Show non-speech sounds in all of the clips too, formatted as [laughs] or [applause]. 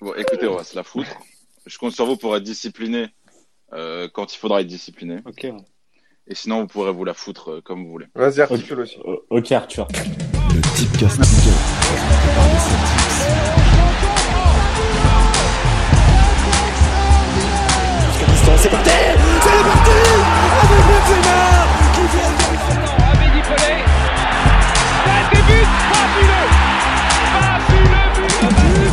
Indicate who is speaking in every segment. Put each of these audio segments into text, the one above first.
Speaker 1: Bon, écoutez, on va se la foutre. Je compte sur vous pour être discipliné euh, quand il faudra être discipliné.
Speaker 2: Ok.
Speaker 1: Et sinon, vous pourrez vous la foutre euh, comme vous voulez.
Speaker 3: Vas-y, articule aussi.
Speaker 2: O- Ok, Arthur.
Speaker 4: Le type casse
Speaker 5: Amélie Pelé. Tête des buts, fabuleux Fabuleux but de Manu.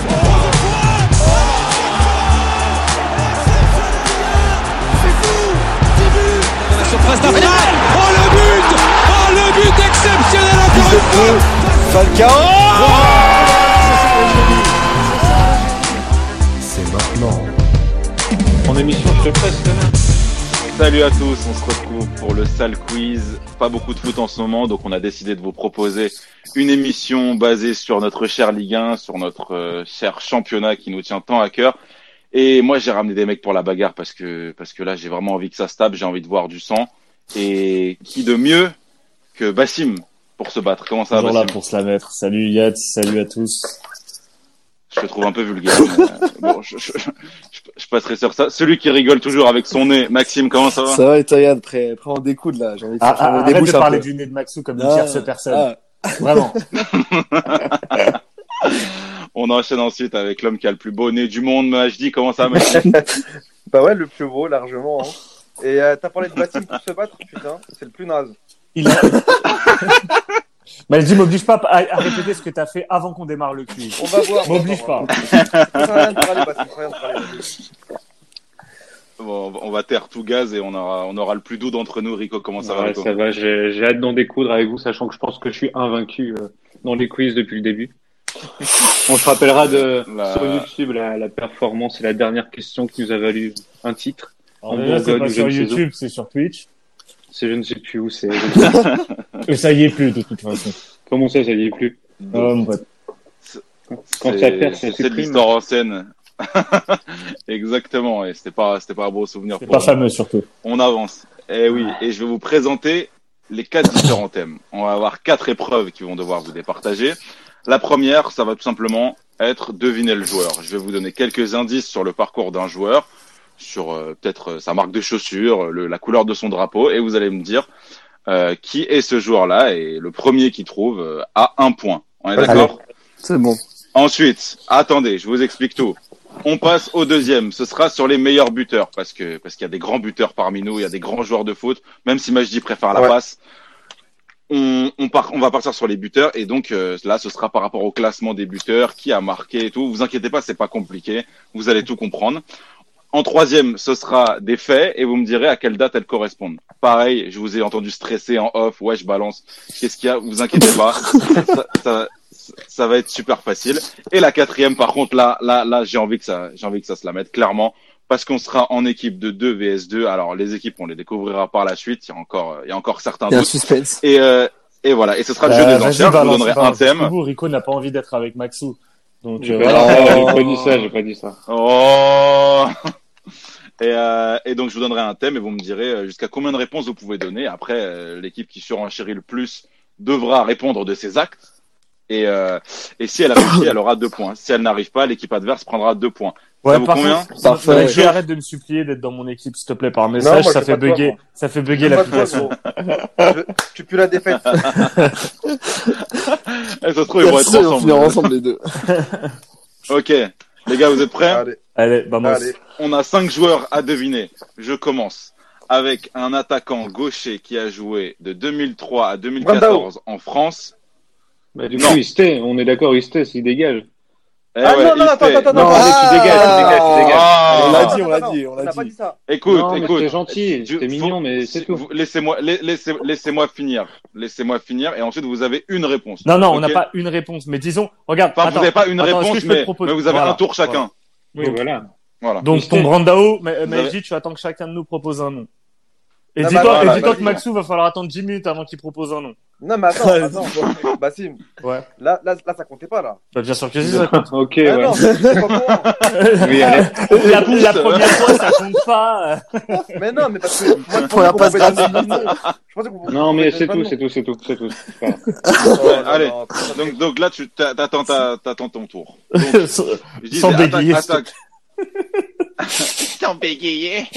Speaker 4: C'est maintenant.
Speaker 1: Salut à tous, on se retrouve pour le sale quiz. Pas beaucoup de foot en ce moment, donc on a décidé de vous proposer une émission basée sur notre cher Ligue 1, sur notre euh, cher championnat qui nous tient tant à cœur. Et moi, j'ai ramené des mecs pour la bagarre parce que parce que là, j'ai vraiment envie que ça se tape, j'ai envie de voir du sang. Et qui de mieux que Bassim pour se battre Comment ça va,
Speaker 2: Toujours là
Speaker 1: Bassim
Speaker 2: pour se la mettre. Salut Yat, salut à tous.
Speaker 1: Je te trouve un peu vulgaire. mais, euh, bon, je, je, je- je passerai sur ça. Celui qui rigole toujours avec son nez, Maxime, comment ça va
Speaker 6: Ça va, et toi, Yann, après, après on découde là. J'ai envie de
Speaker 2: Ah,
Speaker 6: faire
Speaker 2: ah,
Speaker 6: on
Speaker 2: arrête
Speaker 6: débouche
Speaker 2: de
Speaker 6: un
Speaker 2: parler
Speaker 6: peu.
Speaker 2: du nez de Maxou comme une
Speaker 6: Ah,
Speaker 2: tierce personne.
Speaker 6: ah,
Speaker 2: Vraiment.
Speaker 1: On enchaîne ensuite avec l'homme qui a le plus beau nez du monde, Majdi. Comment ça, Majdi
Speaker 3: Bah ouais, le plus beau, largement. hein. Et euh, t'as parlé de Bassim pour se battre, putain, c'est le plus naze.
Speaker 2: Il a... Majdi m'oblige pas à, à répéter ce que t'as fait avant qu'on démarre le quiz.
Speaker 3: On va voir.
Speaker 2: M'oblige pas.
Speaker 3: Ça sert à rien de parler, Bassim, ça sert à rien de parler.
Speaker 1: Bon, on va- On va taire tout gaz et on aura, on aura le plus doux d'entre nous. Rico, comment ça va
Speaker 7: Ouais,
Speaker 1: Rico
Speaker 7: ça va, j'ai j'ai hâte d'en découdre avec vous, sachant que je pense que je suis invaincu euh, dans les quiz depuis
Speaker 1: [laughs]
Speaker 7: le début. On se rappellera de
Speaker 1: La-
Speaker 7: sur YouTube la, la performance et la dernière question qui nous a valu un titre.
Speaker 2: Alors,
Speaker 7: En
Speaker 2: déjà, c'est
Speaker 7: Bourgogne,
Speaker 2: pas
Speaker 7: je
Speaker 2: sur
Speaker 7: ne sais où.
Speaker 2: YouTube, c'est sur Twitch.
Speaker 7: C'est je ne sais plus où c'est.
Speaker 1: [laughs]
Speaker 2: Et ça y est plus de toute façon.
Speaker 7: Comment ça, ça y est plus
Speaker 2: Oh, mon pote.
Speaker 7: Quand
Speaker 1: C'est-
Speaker 7: ça perd, ça
Speaker 1: C'est de
Speaker 7: supprime.
Speaker 1: l'histoire en scène. [laughs] Exactement. Et c'était pas, c'était pas un beau souvenir.
Speaker 2: C'est
Speaker 1: pour
Speaker 2: pas
Speaker 1: nous.
Speaker 2: fameux surtout.
Speaker 1: On avance. Eh oui, et je vais vous présenter les quatre différents thèmes. On va avoir quatre épreuves qui vont devoir vous départager. La première, ça va tout simplement être deviner le joueur. Je vais vous donner quelques indices sur le parcours d'un joueur, sur euh, peut-être euh, sa marque de chaussures, le- la couleur de son drapeau, et vous allez me dire euh, qui est ce joueur-là. Et le premier qui trouve euh, a un point. On est d'accord
Speaker 6: c'est bon.
Speaker 1: Ensuite, attendez, je vous explique tout. On passe au deuxième. Ce sera sur les meilleurs buteurs parce que parce qu'il y a des grands buteurs parmi nous, il y a des grands joueurs de foot. Même si Majdi préfère la
Speaker 3: Ouais.
Speaker 1: passe, on on, part, on va partir sur les buteurs et donc euh, là, ce sera par rapport au classement des buteurs, qui a marqué et tout. Vous inquiétez pas, c'est pas compliqué. Vous allez tout comprendre. En troisième, ce sera des faits et vous me direz à quelle date elles correspondent. Pareil, je vous ai entendu stresser en off. Ouais, je balance. Qu'est-ce qu'il y a Vous inquiétez pas. ça, ça, ça va être super facile. Et la quatrième, par contre, là, là, là, j'ai envie que ça, j'ai envie que ça se la mette clairement, parce qu'on sera en équipe de 2 vs 2. Alors les équipes, on les découvrira par la suite. Il y a encore, il y a encore certains
Speaker 6: Il y a un
Speaker 1: doutes.
Speaker 6: suspense.
Speaker 1: Et euh, et voilà. Et ce sera le jeu des
Speaker 2: Euh, vas-y,
Speaker 1: enchères. Je vous
Speaker 2: balance,
Speaker 1: donnerai un
Speaker 2: balance.
Speaker 1: thème.
Speaker 2: Jusqu'au bout, Rico n'a pas envie d'être avec Maxou. Donc,
Speaker 7: J'ai
Speaker 2: euh,
Speaker 7: pas,
Speaker 2: [laughs]
Speaker 6: Alors-
Speaker 7: j'ai pas dit ça, j'ai pas dit ça.
Speaker 1: Oh. [laughs] Et, euh, et donc je vous donnerai un thème et vous me direz euh, jusqu'à combien de réponses vous pouvez donner. Après, euh, l'équipe qui surenchérit le plus devra répondre de ses actes. Et, euh, et si elle
Speaker 2: [coughs]
Speaker 1: réussit, elle aura deux points. Si elle n'arrive pas, l'équipe adverse prendra deux points. Ça
Speaker 2: Ouais,
Speaker 1: vous
Speaker 2: par
Speaker 1: convient
Speaker 2: contre,
Speaker 6: Parfait.
Speaker 2: Faudrait que tu arrêtes de me supplier d'être dans mon équipe, s'il te plaît, par
Speaker 3: Non, moi,
Speaker 2: message.
Speaker 3: je
Speaker 2: ça,
Speaker 3: fais
Speaker 2: fait
Speaker 3: pas de toi,
Speaker 2: bugger,
Speaker 3: moi.
Speaker 2: ça fait bugger
Speaker 3: Pas de toi,
Speaker 2: l'application.
Speaker 3: gros. Je- Tu pues la défaite.
Speaker 7: Hein
Speaker 1: Et Eh, ça se trouve, ils vont être
Speaker 6: Merci, on
Speaker 1: ensemble.
Speaker 6: finira ensemble les deux.
Speaker 1: Ok, les gars, vous êtes prêts
Speaker 3: Allez,
Speaker 2: Allez, vamos.
Speaker 3: allez.
Speaker 1: On a cinq joueurs à deviner. Je commence avec un attaquant gaucher qui a joué de 2003 à 2014 en France.
Speaker 7: Bah, du
Speaker 1: Non.
Speaker 7: coup, Isté, on est d'accord, Isté, s'il dégage.
Speaker 1: Eh
Speaker 3: Ah
Speaker 1: ouais,
Speaker 3: non, non,
Speaker 1: il
Speaker 3: attends,
Speaker 1: fait-
Speaker 3: attends,
Speaker 7: Non,
Speaker 3: attends.
Speaker 7: allez, tu dégages, tu dégages, tu dégages.
Speaker 1: Ah.
Speaker 6: on l'a
Speaker 3: Attends,
Speaker 6: dit, on
Speaker 3: attends,
Speaker 6: l'a dit, on
Speaker 3: On
Speaker 6: l'a
Speaker 3: n'a pas
Speaker 6: dit.
Speaker 3: dit ça.
Speaker 1: Écoute,
Speaker 7: Non, mais
Speaker 1: écoute.
Speaker 7: c'était
Speaker 1: Je-
Speaker 7: gentil, c'était
Speaker 1: faut-
Speaker 7: mignon, mais c'est
Speaker 1: si-
Speaker 7: tout.
Speaker 1: vous- Laissez-moi, la- laissez, laissez-moi finir. Laissez-moi finir et ensuite vous avez une réponse.
Speaker 2: Non, non, on n'a
Speaker 1: Ok
Speaker 2: pas une réponse, mais disons, regarde.
Speaker 1: Enfin,
Speaker 2: attends,
Speaker 1: vous n'avez pas une
Speaker 2: attends, est-ce que
Speaker 1: réponse,
Speaker 2: je peux te
Speaker 1: mais,
Speaker 2: proposer-
Speaker 1: mais vous avez
Speaker 2: Voilà,
Speaker 1: un tour chacun.
Speaker 7: Oui, voilà.
Speaker 1: Voilà.
Speaker 2: Donc,
Speaker 7: Isté.
Speaker 2: ton Brandao, mais,
Speaker 1: Vous
Speaker 2: mais
Speaker 1: avez-
Speaker 2: J, tu attends que chacun de nous propose un nom. Et
Speaker 3: Non,
Speaker 2: dis-toi
Speaker 3: bah,
Speaker 2: et
Speaker 3: voilà,
Speaker 2: dis-toi
Speaker 3: vas-y.
Speaker 2: que Maxou va falloir attendre 10 minutes avant qu'il propose un nom.
Speaker 3: Non, mais attends, attends. Bassim,
Speaker 2: Ouais.
Speaker 3: là, là, là, ça comptait pas, là.
Speaker 2: Bah, bien
Speaker 1: [laughs]
Speaker 2: sûr que si, ça compte.
Speaker 7: Ok,
Speaker 3: Ah
Speaker 7: Eh ouais.
Speaker 3: non, c'est pas con.
Speaker 2: [laughs]
Speaker 7: Oui, allez.
Speaker 2: la, la première
Speaker 1: euh.
Speaker 2: fois, ça compte pas. euh.
Speaker 3: Mais non, mais parce que moi, je
Speaker 6: Première passe
Speaker 3: pensais qu'on pouvait donner le nom. Je pensais qu'on pouvait-
Speaker 7: Non, mais c'est
Speaker 3: pas
Speaker 7: tout,
Speaker 3: le
Speaker 7: c'est tout, c'est tout, c'est tout.
Speaker 3: nom.
Speaker 1: Ouais,
Speaker 3: Oh, non,
Speaker 1: allez.
Speaker 3: non, c'est pas
Speaker 1: Donc, donc là, tu t'a- t'attends, ta- t'attends ton
Speaker 2: [laughs]
Speaker 1: tour. Je dis,
Speaker 2: Sans
Speaker 1: attaque,
Speaker 2: bégayer,
Speaker 1: Attaque. [laughs] Sans bégayer.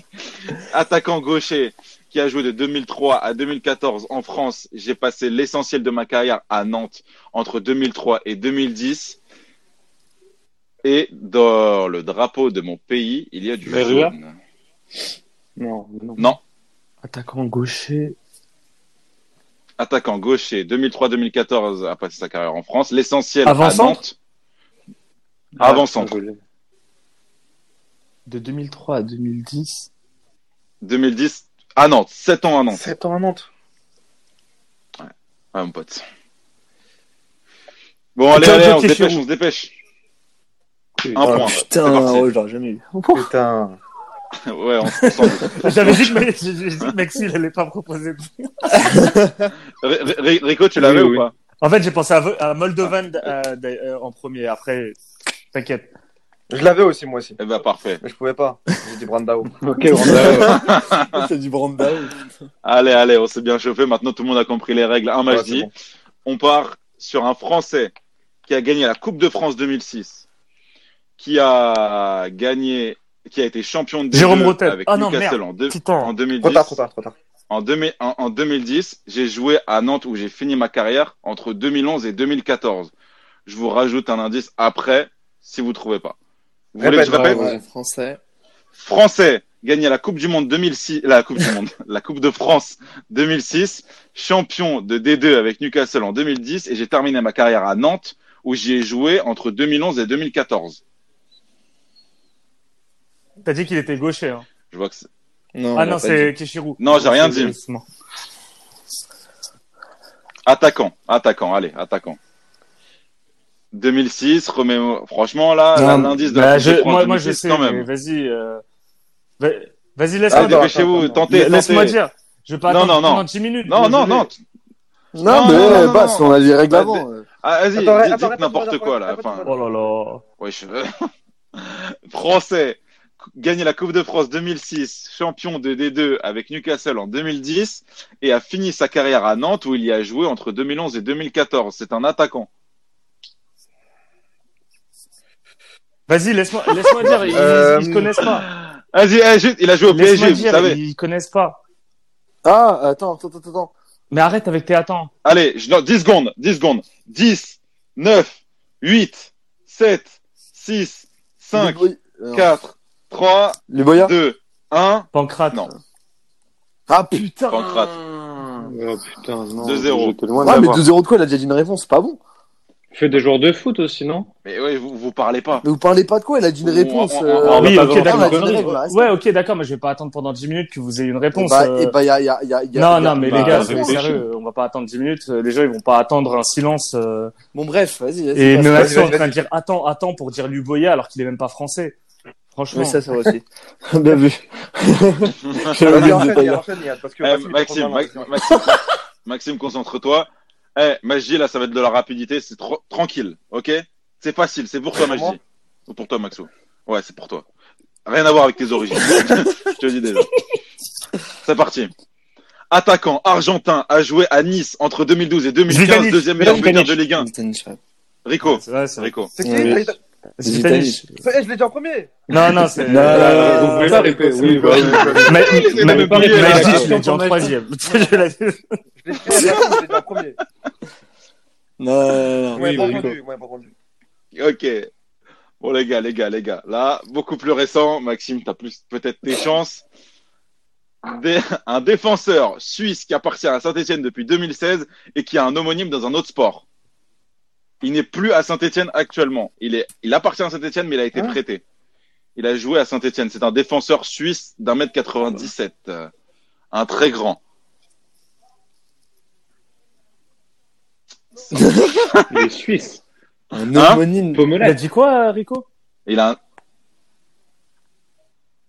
Speaker 2: [laughs]
Speaker 1: Attaquant gaucher qui a joué de 2003 à 2014 en France. J'ai passé l'essentiel de ma carrière à Nantes entre 2003 et 2010. Et dans le drapeau de mon pays, il y a du
Speaker 7: Berua
Speaker 1: jaune.
Speaker 7: Non, non.
Speaker 1: Non.
Speaker 7: [laughs] Attaquant gaucher.
Speaker 1: Attaquant gaucher, 2003-2014 a passé sa carrière en France. L'essentiel à
Speaker 2: Avant-centre
Speaker 1: Nantes.
Speaker 7: Ah,
Speaker 1: Avant-centre.
Speaker 7: De 2003 à 2010.
Speaker 1: 2010 à Nantes. 7 ans à
Speaker 3: con.
Speaker 1: Nantes.
Speaker 3: Sept ans à Nantes.
Speaker 1: Ah, mon pote. Bon, allez,
Speaker 2: Attends,
Speaker 1: allez,
Speaker 2: Joe
Speaker 1: on se
Speaker 2: Kishiro.
Speaker 1: dépêche, on se dépêche. Un
Speaker 6: Oh,
Speaker 1: point. C'est
Speaker 6: putain,
Speaker 1: parti.
Speaker 6: ouais, je l'aurais jamais eu.
Speaker 3: Putain.
Speaker 1: Ouais, on se concentre.
Speaker 2: [laughs] J'avais dit que, Ma- j'avais dit que Maxi, il allait pas proposer.
Speaker 1: Ré- Ré- Rico, tu l'avais
Speaker 7: Oui,
Speaker 1: ou
Speaker 7: oui.
Speaker 1: pas
Speaker 2: En fait, j'ai pensé à, Vo- à Moldovan euh, d'a- euh, en premier. Après, t'inquiète.
Speaker 3: Je l'avais aussi, moi aussi.
Speaker 1: Eh ben, parfait.
Speaker 3: Mais je pouvais pas. J'ai dit Brandao.
Speaker 7: Ok, on a-
Speaker 6: [laughs] C'est du Branda.
Speaker 1: Allez, allez, on s'est bien chauffé. Maintenant, tout le monde a compris les règles. Un match
Speaker 3: Ouais, c'est
Speaker 1: dit.
Speaker 3: bon.
Speaker 1: On part sur un Français qui a gagné la Coupe de France 2006, qui a gagné, qui a été champion de
Speaker 2: Jérôme Rotel.
Speaker 1: avec
Speaker 2: Ah non,
Speaker 1: Newcastle
Speaker 2: merde.
Speaker 1: en, deux-
Speaker 2: Titan. hein.
Speaker 1: en 2010.
Speaker 3: Trop tard, trop tard, trop tard.
Speaker 1: En, 2000 en- en 2010, j'ai joué à Nantes où j'ai fini ma carrière entre 2011 et 2014. Je vous rajoute un indice après si vous trouvez pas. Vous voulez que je
Speaker 3: Répète,
Speaker 1: répète
Speaker 6: Ah, Ouais, français.
Speaker 1: Français gagné la Coupe du Monde 2006, la Coupe du Monde, [laughs] la Coupe de France 2006, champion de D2 avec Newcastle en 2010 et j'ai terminé ma carrière à Nantes où j'y ai joué entre 2011 et 2014.
Speaker 2: T'as dit qu'il était gaucher. Hein.
Speaker 1: Je vois que c'est-
Speaker 6: Non,
Speaker 2: ah
Speaker 6: on
Speaker 2: non,
Speaker 6: l'a pas
Speaker 2: c'est Kishiru.
Speaker 1: Non, j'ai rien dit.
Speaker 2: Justement.
Speaker 1: attaquant, attaquant, allez, attaquant. 2006, remémo- franchement là,
Speaker 2: Non,
Speaker 1: là, l'indice de la
Speaker 2: bah,
Speaker 1: Coupe de
Speaker 2: je-
Speaker 1: France
Speaker 2: moi, moi, je
Speaker 1: 2006,
Speaker 2: sais,
Speaker 1: quand même.
Speaker 2: mais vas-y. euh, va- Vas-y,
Speaker 1: Ah,
Speaker 2: laisse-moi dire.
Speaker 1: dépêchez-vous,
Speaker 3: attends,
Speaker 1: tentez,
Speaker 2: Laisse-moi
Speaker 1: tentez.
Speaker 2: dire. Je vais pas
Speaker 1: Non,
Speaker 2: attendre
Speaker 1: non, non.
Speaker 2: pendant 10 minutes.
Speaker 1: Non, non,
Speaker 2: désolé.
Speaker 1: non.
Speaker 6: dit. Non,
Speaker 1: Non,
Speaker 6: mais
Speaker 1: non, non,
Speaker 6: bah,
Speaker 1: non,
Speaker 6: si on a les règles
Speaker 1: Bah,
Speaker 6: avant. euh.
Speaker 1: Ah, vas-y,
Speaker 3: Attends,
Speaker 1: dites,
Speaker 3: attends,
Speaker 1: dites
Speaker 3: attends,
Speaker 1: n'importe
Speaker 3: attends,
Speaker 1: quoi là.
Speaker 3: attends,
Speaker 1: Enfin,
Speaker 2: Oh là là.
Speaker 1: ouais, je... [laughs] Français gagne la Coupe de France 2006, champion de D2 avec Newcastle en 2010 et a fini sa carrière à Nantes où il y a joué entre 2011 et 2014. C'est un attaquant.
Speaker 2: Vas-y, laisse-moi laisse-moi dire. Ils,
Speaker 3: Euh,
Speaker 2: ils, ils connaissent pas.
Speaker 1: Vas-y, eh, juste, il a joué au
Speaker 2: Laisse-moi
Speaker 1: PSG, vous
Speaker 2: dire.
Speaker 1: savez.
Speaker 2: Ils connaissent pas.
Speaker 6: Ah, attends, attends, attends, attends.
Speaker 2: Mais arrête avec tes attends.
Speaker 1: Allez, je... non, 10 secondes, 10 secondes. 10, 9, 8, 7, 6, 5,
Speaker 6: Les, Boy- euh,
Speaker 1: 4, 3,
Speaker 6: les Boyards
Speaker 1: 2, 1.
Speaker 2: Pancrate.
Speaker 1: Non.
Speaker 6: Ah putain
Speaker 1: Pancrate.
Speaker 7: Oh putain, non.
Speaker 1: 2-0.
Speaker 7: J'étais loin
Speaker 6: Ah, mais
Speaker 7: d'avoir.
Speaker 6: 2-0 de quoi Il a déjà dit une réponse, c'est pas bon.
Speaker 7: Tu fais des joueurs de foot aussi, non
Speaker 1: Mais ouais, vous, vous parlez
Speaker 6: [laughs]
Speaker 1: pas.
Speaker 6: Mais vous parlez pas de quoi Il a dit une
Speaker 1: On-
Speaker 6: réponse.
Speaker 1: on-
Speaker 6: euh,
Speaker 1: on- on
Speaker 2: Ah Oui,
Speaker 7: va
Speaker 2: ok,
Speaker 7: pas faire
Speaker 2: d'accord.
Speaker 7: une connerie,
Speaker 6: on va rester.
Speaker 2: Ouais, ok, d'accord, mais je vais pas attendre pendant 10 minutes que vous ayez une
Speaker 6: Et
Speaker 2: réponse.
Speaker 6: bah,
Speaker 2: euh.
Speaker 6: et bah, y a, y a, y a, y a-
Speaker 2: non,
Speaker 6: y a-
Speaker 2: non, mais
Speaker 7: bah,
Speaker 2: les gars,
Speaker 7: bah,
Speaker 2: soyons
Speaker 7: réfléchis.
Speaker 2: sérieux, on va pas attendre 10 minutes. euh, Les gens, ils vont pas attendre un silence. euh,
Speaker 6: Bon, bref, vas-y. vas-y,
Speaker 2: Et
Speaker 6: passe.
Speaker 2: même
Speaker 3: vas-y,
Speaker 2: Maxou est en
Speaker 3: vas-y,
Speaker 2: train de dire attends, attends pour dire Luboya alors qu'il est même pas français. Franchement.
Speaker 6: Oui, ça, ça va aussi. Bien vu. J'avais oublié
Speaker 3: Vas-y,
Speaker 6: le
Speaker 3: enchaîne,
Speaker 6: détail.
Speaker 3: Yann, enchaîne, Yann, parce
Speaker 1: Eh,
Speaker 3: que Bassim, il est trop
Speaker 1: Maxime,
Speaker 3: bien,
Speaker 1: Ma-
Speaker 3: Maxime.
Speaker 1: Maxime, Maxime, concentre-toi. Eh, Majdi, là, ça va être de la rapidité. C'est tro- tranquille, ok C'est facile. C'est pour toi,
Speaker 3: Pour moi
Speaker 1: Majdi. Ou pour toi, Maxou. Ouais, c'est pour toi. Rien à voir avec tes origines. [laughs] Je te le dis déjà. C'est parti. Attaquant argentin a joué à Nice entre 2012 et 2015,
Speaker 2: Zidane.
Speaker 1: deuxième meilleur
Speaker 2: Zidane.
Speaker 1: buteur de Ligue 1.
Speaker 6: Putain, je sais pas.
Speaker 1: Rico,
Speaker 2: C'est vrai, c'est vrai.
Speaker 1: Rico.
Speaker 3: C'est qui
Speaker 6: Oui.
Speaker 3: Ah, il est-
Speaker 2: Zitanich.
Speaker 3: Eh, Je l'ai dit en premier.
Speaker 2: Non, non, c'est.
Speaker 7: Euh,
Speaker 6: Non, non, non.
Speaker 7: Vous
Speaker 1: euh,
Speaker 7: pouvez pas répéter. Oui, voilà.
Speaker 2: Mais,
Speaker 1: Il
Speaker 2: mais,
Speaker 1: avait
Speaker 2: mais,
Speaker 1: pas répondu à la
Speaker 2: mais je dis,
Speaker 7: question
Speaker 2: tu l'as dit en
Speaker 7: pour
Speaker 2: troisième. Je
Speaker 1: [laughs]
Speaker 2: l'ai dit.
Speaker 3: Je l'ai fait, je l'ai dit en premier.
Speaker 6: Non, non, non, non.
Speaker 3: Vous m'avez
Speaker 7: Oui,
Speaker 3: pas
Speaker 7: oui,
Speaker 3: entendu, vous m'avez pas entendu.
Speaker 1: Ok. Bon, les gars, les gars, les gars. Là, beaucoup plus récent. Maxime, t'as plus, peut-être tes chances. Des- un défenseur suisse qui appartient à Saint-Etienne depuis 2016 et qui a un homonyme dans un autre sport. Il n'est plus à Saint-Etienne actuellement. Il est, il appartient à Saint-Etienne, mais il a été
Speaker 2: Ah.
Speaker 3: Hein
Speaker 1: prêté. Il a joué à Saint-Etienne. C'est un défenseur suisse d'un mètre 97.
Speaker 2: Ah
Speaker 1: euh,
Speaker 2: bah.
Speaker 1: Un très grand.
Speaker 7: Les Suisses.
Speaker 6: Un homonyme.
Speaker 2: Il a
Speaker 7: Pomelette.
Speaker 2: dit quoi, euh, Rico
Speaker 1: Il a un,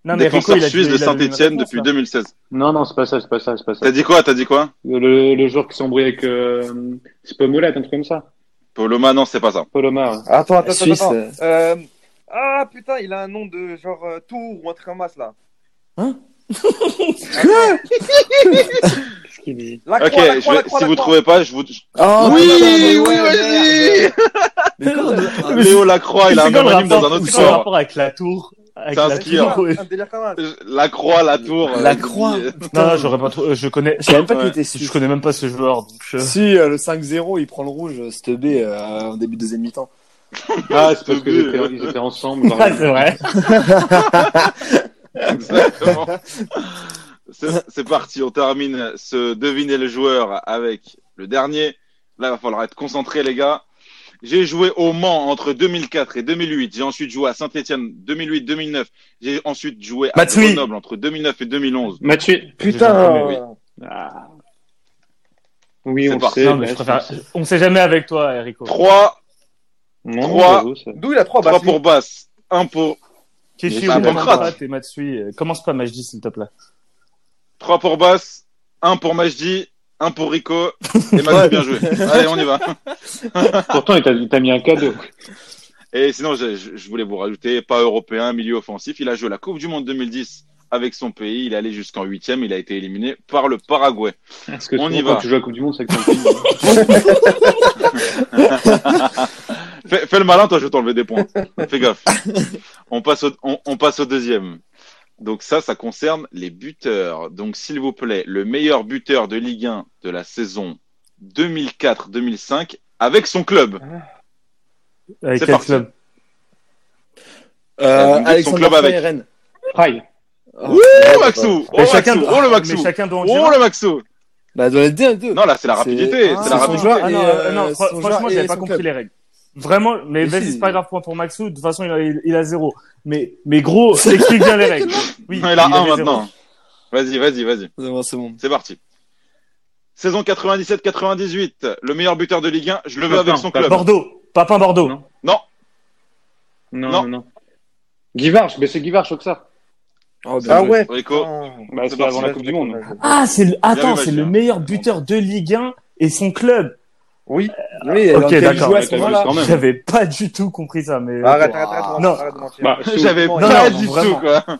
Speaker 2: Non,
Speaker 1: des
Speaker 2: Rico,
Speaker 1: défenseur
Speaker 2: il a-
Speaker 1: suisse
Speaker 2: il
Speaker 1: de
Speaker 2: a donné ma
Speaker 1: Saint-Etienne
Speaker 2: réponse,
Speaker 1: depuis
Speaker 2: là.
Speaker 1: 2016.
Speaker 7: Non, non, c'est pas ça, c'est pas ça, c'est pas ça.
Speaker 1: T'as dit quoi T'as dit quoi
Speaker 7: Le, le joueur qui s'est embrouillé avec. Euh, c'est Pomola, un truc comme ça.
Speaker 1: Poloma, non, c'est pas ça.
Speaker 7: Poloma. ouais.
Speaker 3: Attends, attends, attends.
Speaker 6: Suisse,
Speaker 3: attends.
Speaker 6: euh,
Speaker 3: Euh, Ah putain, il a un nom de genre euh, Tour ou un truc en masse là.
Speaker 7: Qu'est-ce qu'il dit
Speaker 3: La croix,
Speaker 1: Ok,
Speaker 3: la
Speaker 1: je
Speaker 3: croix,
Speaker 1: vais-
Speaker 3: la croix,
Speaker 1: si
Speaker 3: la
Speaker 1: vous
Speaker 3: croix.
Speaker 1: trouvez pas, je vous. je-
Speaker 6: Oh,
Speaker 1: oui,
Speaker 6: putain,
Speaker 1: oui,
Speaker 6: mais ouais.
Speaker 1: vas-y.
Speaker 6: Mais comment on- ah,
Speaker 1: Léo Lacroix, il a
Speaker 2: C'est
Speaker 1: un
Speaker 2: quoi le
Speaker 1: homonyme dans
Speaker 2: rapport-
Speaker 1: un autre
Speaker 2: c'est quoi le
Speaker 1: sport.
Speaker 2: rapport avec la tour avec
Speaker 1: C'est un
Speaker 2: la
Speaker 1: skier.
Speaker 2: tour
Speaker 3: Un- Un délire comme ça.
Speaker 1: Lacroix, la tour. euh,
Speaker 6: Ah, La Croix.
Speaker 1: qui-
Speaker 2: Non, non, j'aurais pas trop. euh, Je connais.
Speaker 6: Je savais même pas qu'il
Speaker 1: Ouais.
Speaker 6: était
Speaker 2: Je
Speaker 6: suisse.
Speaker 2: connais même pas ce joueur. Donc je...
Speaker 6: Si euh, le 5-0, il prend le rouge, euh, cette B euh, en début de deuxième mi-temps.
Speaker 7: Ah, c'est parce que ils étaient- ils étaient [laughs] ensemble. genre.
Speaker 2: Ah, c'est vrai.
Speaker 1: [laughs]
Speaker 2: [laughs]
Speaker 1: Exactement. C'est c'est parti, on termine ce deviner le joueur avec le dernier. Là, il va falloir être concentré, les gars. J'ai joué au Mans entre 2004 et 2008. J'ai ensuite joué à Saint-Etienne 2008-2009. J'ai ensuite joué à
Speaker 2: Matuidi.
Speaker 1: Grenoble entre 2009 et 2011.
Speaker 7: Mathieu.
Speaker 3: Putain.
Speaker 1: Oui.
Speaker 3: euh,
Speaker 7: Oui,
Speaker 1: C'est
Speaker 7: on le
Speaker 1: parti.
Speaker 7: sait.
Speaker 2: Non, mais
Speaker 7: mais
Speaker 2: je préfère- On sait jamais avec toi, Erico.
Speaker 1: 3,
Speaker 7: Non,
Speaker 1: Trois.
Speaker 7: j'avoue, ça.
Speaker 3: D'où il a bah,
Speaker 2: Oh,
Speaker 3: 3
Speaker 1: 3 pour Basse, 1 pour,
Speaker 2: Keshi,
Speaker 1: Ah,
Speaker 2: Ouliman,
Speaker 1: Pancrate.
Speaker 2: Pancrate et Matsui. euh, Commence pas, Majdi, s'il te plaît.
Speaker 1: 3 pour Basse, 1 pour Majdi, 1 pour Rico. Et Manu, bien joué. Allez, on y va.
Speaker 7: Pourtant, il t'a- il t'a mis un cadeau.
Speaker 1: Et sinon, je, je- je voulais vous rajouter, pas européen, milieu offensif. Il a joué la Coupe du Monde 2010 avec son pays. Il est allé jusqu'en huitième. Il a été éliminé par le Paraguay.
Speaker 7: Parce que
Speaker 1: On
Speaker 7: souvent,
Speaker 1: y
Speaker 7: quand
Speaker 1: va.
Speaker 7: tu joues à la Coupe du Monde, c'est que t'es un pays.
Speaker 1: Fais, fais le malin, toi, je vais t'enlever des points. Fais gaffe. On passe au, on, on passe au deuxième. Donc ça, ça concerne les buteurs. Donc s'il vous plaît, le meilleur buteur de Ligue 1 de la saison 2004-2005 avec son club.
Speaker 2: Ah, Avec
Speaker 1: C'est
Speaker 2: quel
Speaker 1: parti.
Speaker 2: club
Speaker 1: Ah,
Speaker 6: Euh,
Speaker 1: donc, son
Speaker 6: Alexandre
Speaker 1: club
Speaker 6: Lafont
Speaker 1: avec.
Speaker 6: et Rennes.
Speaker 7: Fry.
Speaker 6: Oh,
Speaker 1: Ouh, Maxou Oh,
Speaker 2: Mais chacun- Ah,
Speaker 1: Maxou Oh, le
Speaker 2: mais
Speaker 1: Maxou
Speaker 2: chacun doit en dire
Speaker 1: Oh,
Speaker 2: un.
Speaker 1: le Maxou
Speaker 6: Bah, dans les deux, les deux.
Speaker 1: Non, là, c'est la rapidité. C'est
Speaker 6: Ah, c'est
Speaker 1: la
Speaker 6: son
Speaker 1: rapidité.
Speaker 6: joueur.
Speaker 2: Ah
Speaker 6: Et,
Speaker 2: non,
Speaker 6: euh,
Speaker 2: non, fr-
Speaker 6: son
Speaker 2: franchement,
Speaker 6: joueur
Speaker 2: j'avais
Speaker 6: et
Speaker 2: pas
Speaker 6: son
Speaker 2: compris
Speaker 6: club.
Speaker 2: les règles. Vraiment, mais
Speaker 6: Mais
Speaker 2: vas-y,
Speaker 6: si.
Speaker 2: c'est pas grave, point pour Maxou. De toute façon, il a, il- il a zéro. Mais, mais gros, explique bien les règles. Oui,
Speaker 1: Non, il a un
Speaker 2: avait zéro.
Speaker 1: maintenant. Vas-y, vas-y, vas-y.
Speaker 6: C'est bon, c'est bon.
Speaker 1: C'est parti. Saison 97-98, le meilleur buteur de Ligue 1, je le veux
Speaker 7: Papin,
Speaker 1: avec son
Speaker 7: Papin.
Speaker 1: club.
Speaker 2: Bordeaux, Papin Bordeaux.
Speaker 7: Non.
Speaker 1: Non, Non.
Speaker 7: Non, non, non. Guivarch, mais c'est Guivarch, ça.
Speaker 6: Oh, bien
Speaker 3: Ah
Speaker 6: joué.
Speaker 3: ouais.
Speaker 1: Rico. [laughs]
Speaker 3: putain.
Speaker 7: Bah,
Speaker 1: C'est
Speaker 7: c'est
Speaker 1: parti.
Speaker 7: avant la Coupe du Monde.
Speaker 2: Ah, c'est le... attends,
Speaker 1: vu,
Speaker 2: c'est
Speaker 1: Mathieu.
Speaker 2: le meilleur buteur de Ligue 1 et son club.
Speaker 3: Oui.
Speaker 6: Oui,
Speaker 2: Ok,
Speaker 6: alors, quel
Speaker 2: d'accord,
Speaker 6: joueur à
Speaker 7: mais
Speaker 6: ce
Speaker 7: t'as vu
Speaker 6: moment-là
Speaker 7: quand même.
Speaker 2: J'avais pas du tout compris ça, mais.
Speaker 3: Bah, Arrête, arrête, arrête, arrête,
Speaker 2: Non.
Speaker 1: Ah.
Speaker 3: arrête de mentir.
Speaker 7: Bah, sou-
Speaker 1: J'avais
Speaker 3: Non,
Speaker 1: pas
Speaker 2: non,
Speaker 1: du
Speaker 2: vraiment.
Speaker 1: tout, quoi.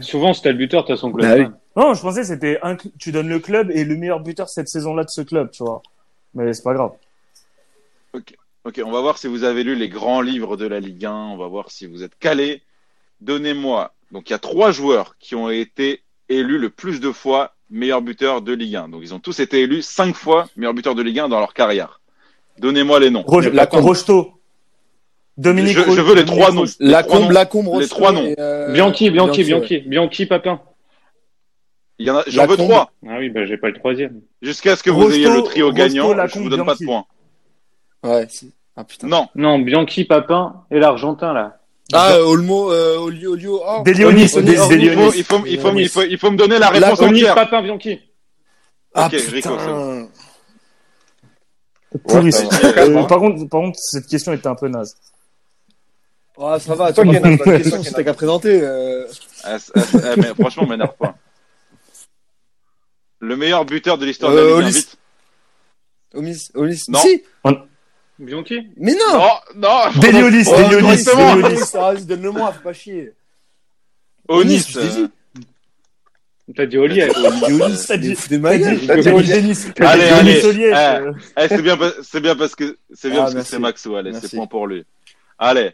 Speaker 7: souvent, si t'as le buteur, t'as son club.
Speaker 6: Bah oui.
Speaker 2: Non, je pensais que c'était un, cl- tu donnes le club et le meilleur buteur cette saison-là de ce club, tu vois. Mais c'est pas grave.
Speaker 1: Ok, on va voir si vous avez lu les grands livres de la Ligue 1, on va voir si vous êtes calé. Donnez-moi. Donc, il y a trois joueurs qui ont été élus le plus de fois meilleur buteur de Ligue 1. Donc, ils ont tous été élus cinq fois meilleur buteur de Ligue 1 dans leur carrière. Donnez-moi les noms.
Speaker 2: Roche-
Speaker 6: Lacombe.
Speaker 2: Rocheteau. Dominique
Speaker 1: Je- je veux
Speaker 2: Roche-
Speaker 1: les
Speaker 2: Dominique
Speaker 1: trois noms.
Speaker 2: Roche-
Speaker 1: trois noms.
Speaker 6: Lacombe, Lacombe,
Speaker 1: Les
Speaker 6: Rocheteau
Speaker 1: trois noms.
Speaker 6: et, euh,
Speaker 7: Bianchi, Bianchi,
Speaker 6: ouais.
Speaker 7: Bianchi. Bianchi, Papin.
Speaker 1: Il y en a, j'en veux
Speaker 6: Lacombe.
Speaker 1: trois.
Speaker 7: Ah oui, bah, j'ai pas le troisième.
Speaker 1: Jusqu'à ce que vous
Speaker 2: Rosto,
Speaker 1: ayez le trio
Speaker 2: Rosto,
Speaker 1: gagnant, je
Speaker 2: Lacombe,
Speaker 1: vous donne pas
Speaker 2: Bianchi.
Speaker 1: de points.
Speaker 6: Ouais, si. Ah, putain.
Speaker 1: Non.
Speaker 7: Non, Bianchi, Papin et l'Argentin, là.
Speaker 6: Ah, euh, Olmo, euh, Olio, Olio, oh.
Speaker 2: Des Lyonnais,
Speaker 6: Olmo,
Speaker 2: des-
Speaker 6: Olmo,
Speaker 2: des
Speaker 1: Il
Speaker 6: Olmo.
Speaker 1: faut, il faut, il faut, il faut, il faut me donner la réponse
Speaker 6: Lacombe.
Speaker 7: Tony,
Speaker 1: entière.
Speaker 7: Papin, Bianchi.
Speaker 6: Ah,
Speaker 1: Ok, Rico,
Speaker 6: putain.
Speaker 1: c'est
Speaker 2: Pourri,
Speaker 3: ça va.
Speaker 2: ce- euh, par contre, par contre, cette question était un peu naze.
Speaker 6: Oh, ça va,
Speaker 3: Toi,
Speaker 6: tu vois,
Speaker 3: Kenan, toi,
Speaker 6: la question,
Speaker 3: Kenan.
Speaker 6: c'était qu'à présenter, euh,
Speaker 1: Ah, c- ah, c- ah, mais franchement, m'énerve pas. Le meilleur buteur de l'histoire de
Speaker 6: Euh,
Speaker 1: la Ligue 1,
Speaker 6: Olis.
Speaker 1: vite.
Speaker 6: Omis, Omis.
Speaker 1: Non.
Speaker 6: Si,
Speaker 7: Bianchi
Speaker 6: mais non!
Speaker 1: Non, non,
Speaker 2: Delionis,
Speaker 6: Oh,
Speaker 2: Delionis,
Speaker 1: justement.
Speaker 2: Delionis.
Speaker 6: Ah, vas-y, donne-le-moi, fais pas chier.
Speaker 1: Onis.
Speaker 6: je t'ai dit.
Speaker 7: T'as dit Oli. elle.
Speaker 6: Yolis,
Speaker 2: t'as dit-
Speaker 6: t'es fou de ma gueule.
Speaker 2: T'as dit
Speaker 7: Denis.
Speaker 2: Denis.
Speaker 1: Allez,
Speaker 2: Denis
Speaker 1: allez.
Speaker 2: Solier,
Speaker 1: Ah.
Speaker 2: euh,
Speaker 1: Eh, c'est bien, pa- c'est bien parce que c'est bien
Speaker 6: Ah,
Speaker 1: parce que
Speaker 6: merci.
Speaker 1: c'est Maxou. Allez, c'est
Speaker 6: Merci.
Speaker 1: point pour lui. Allez,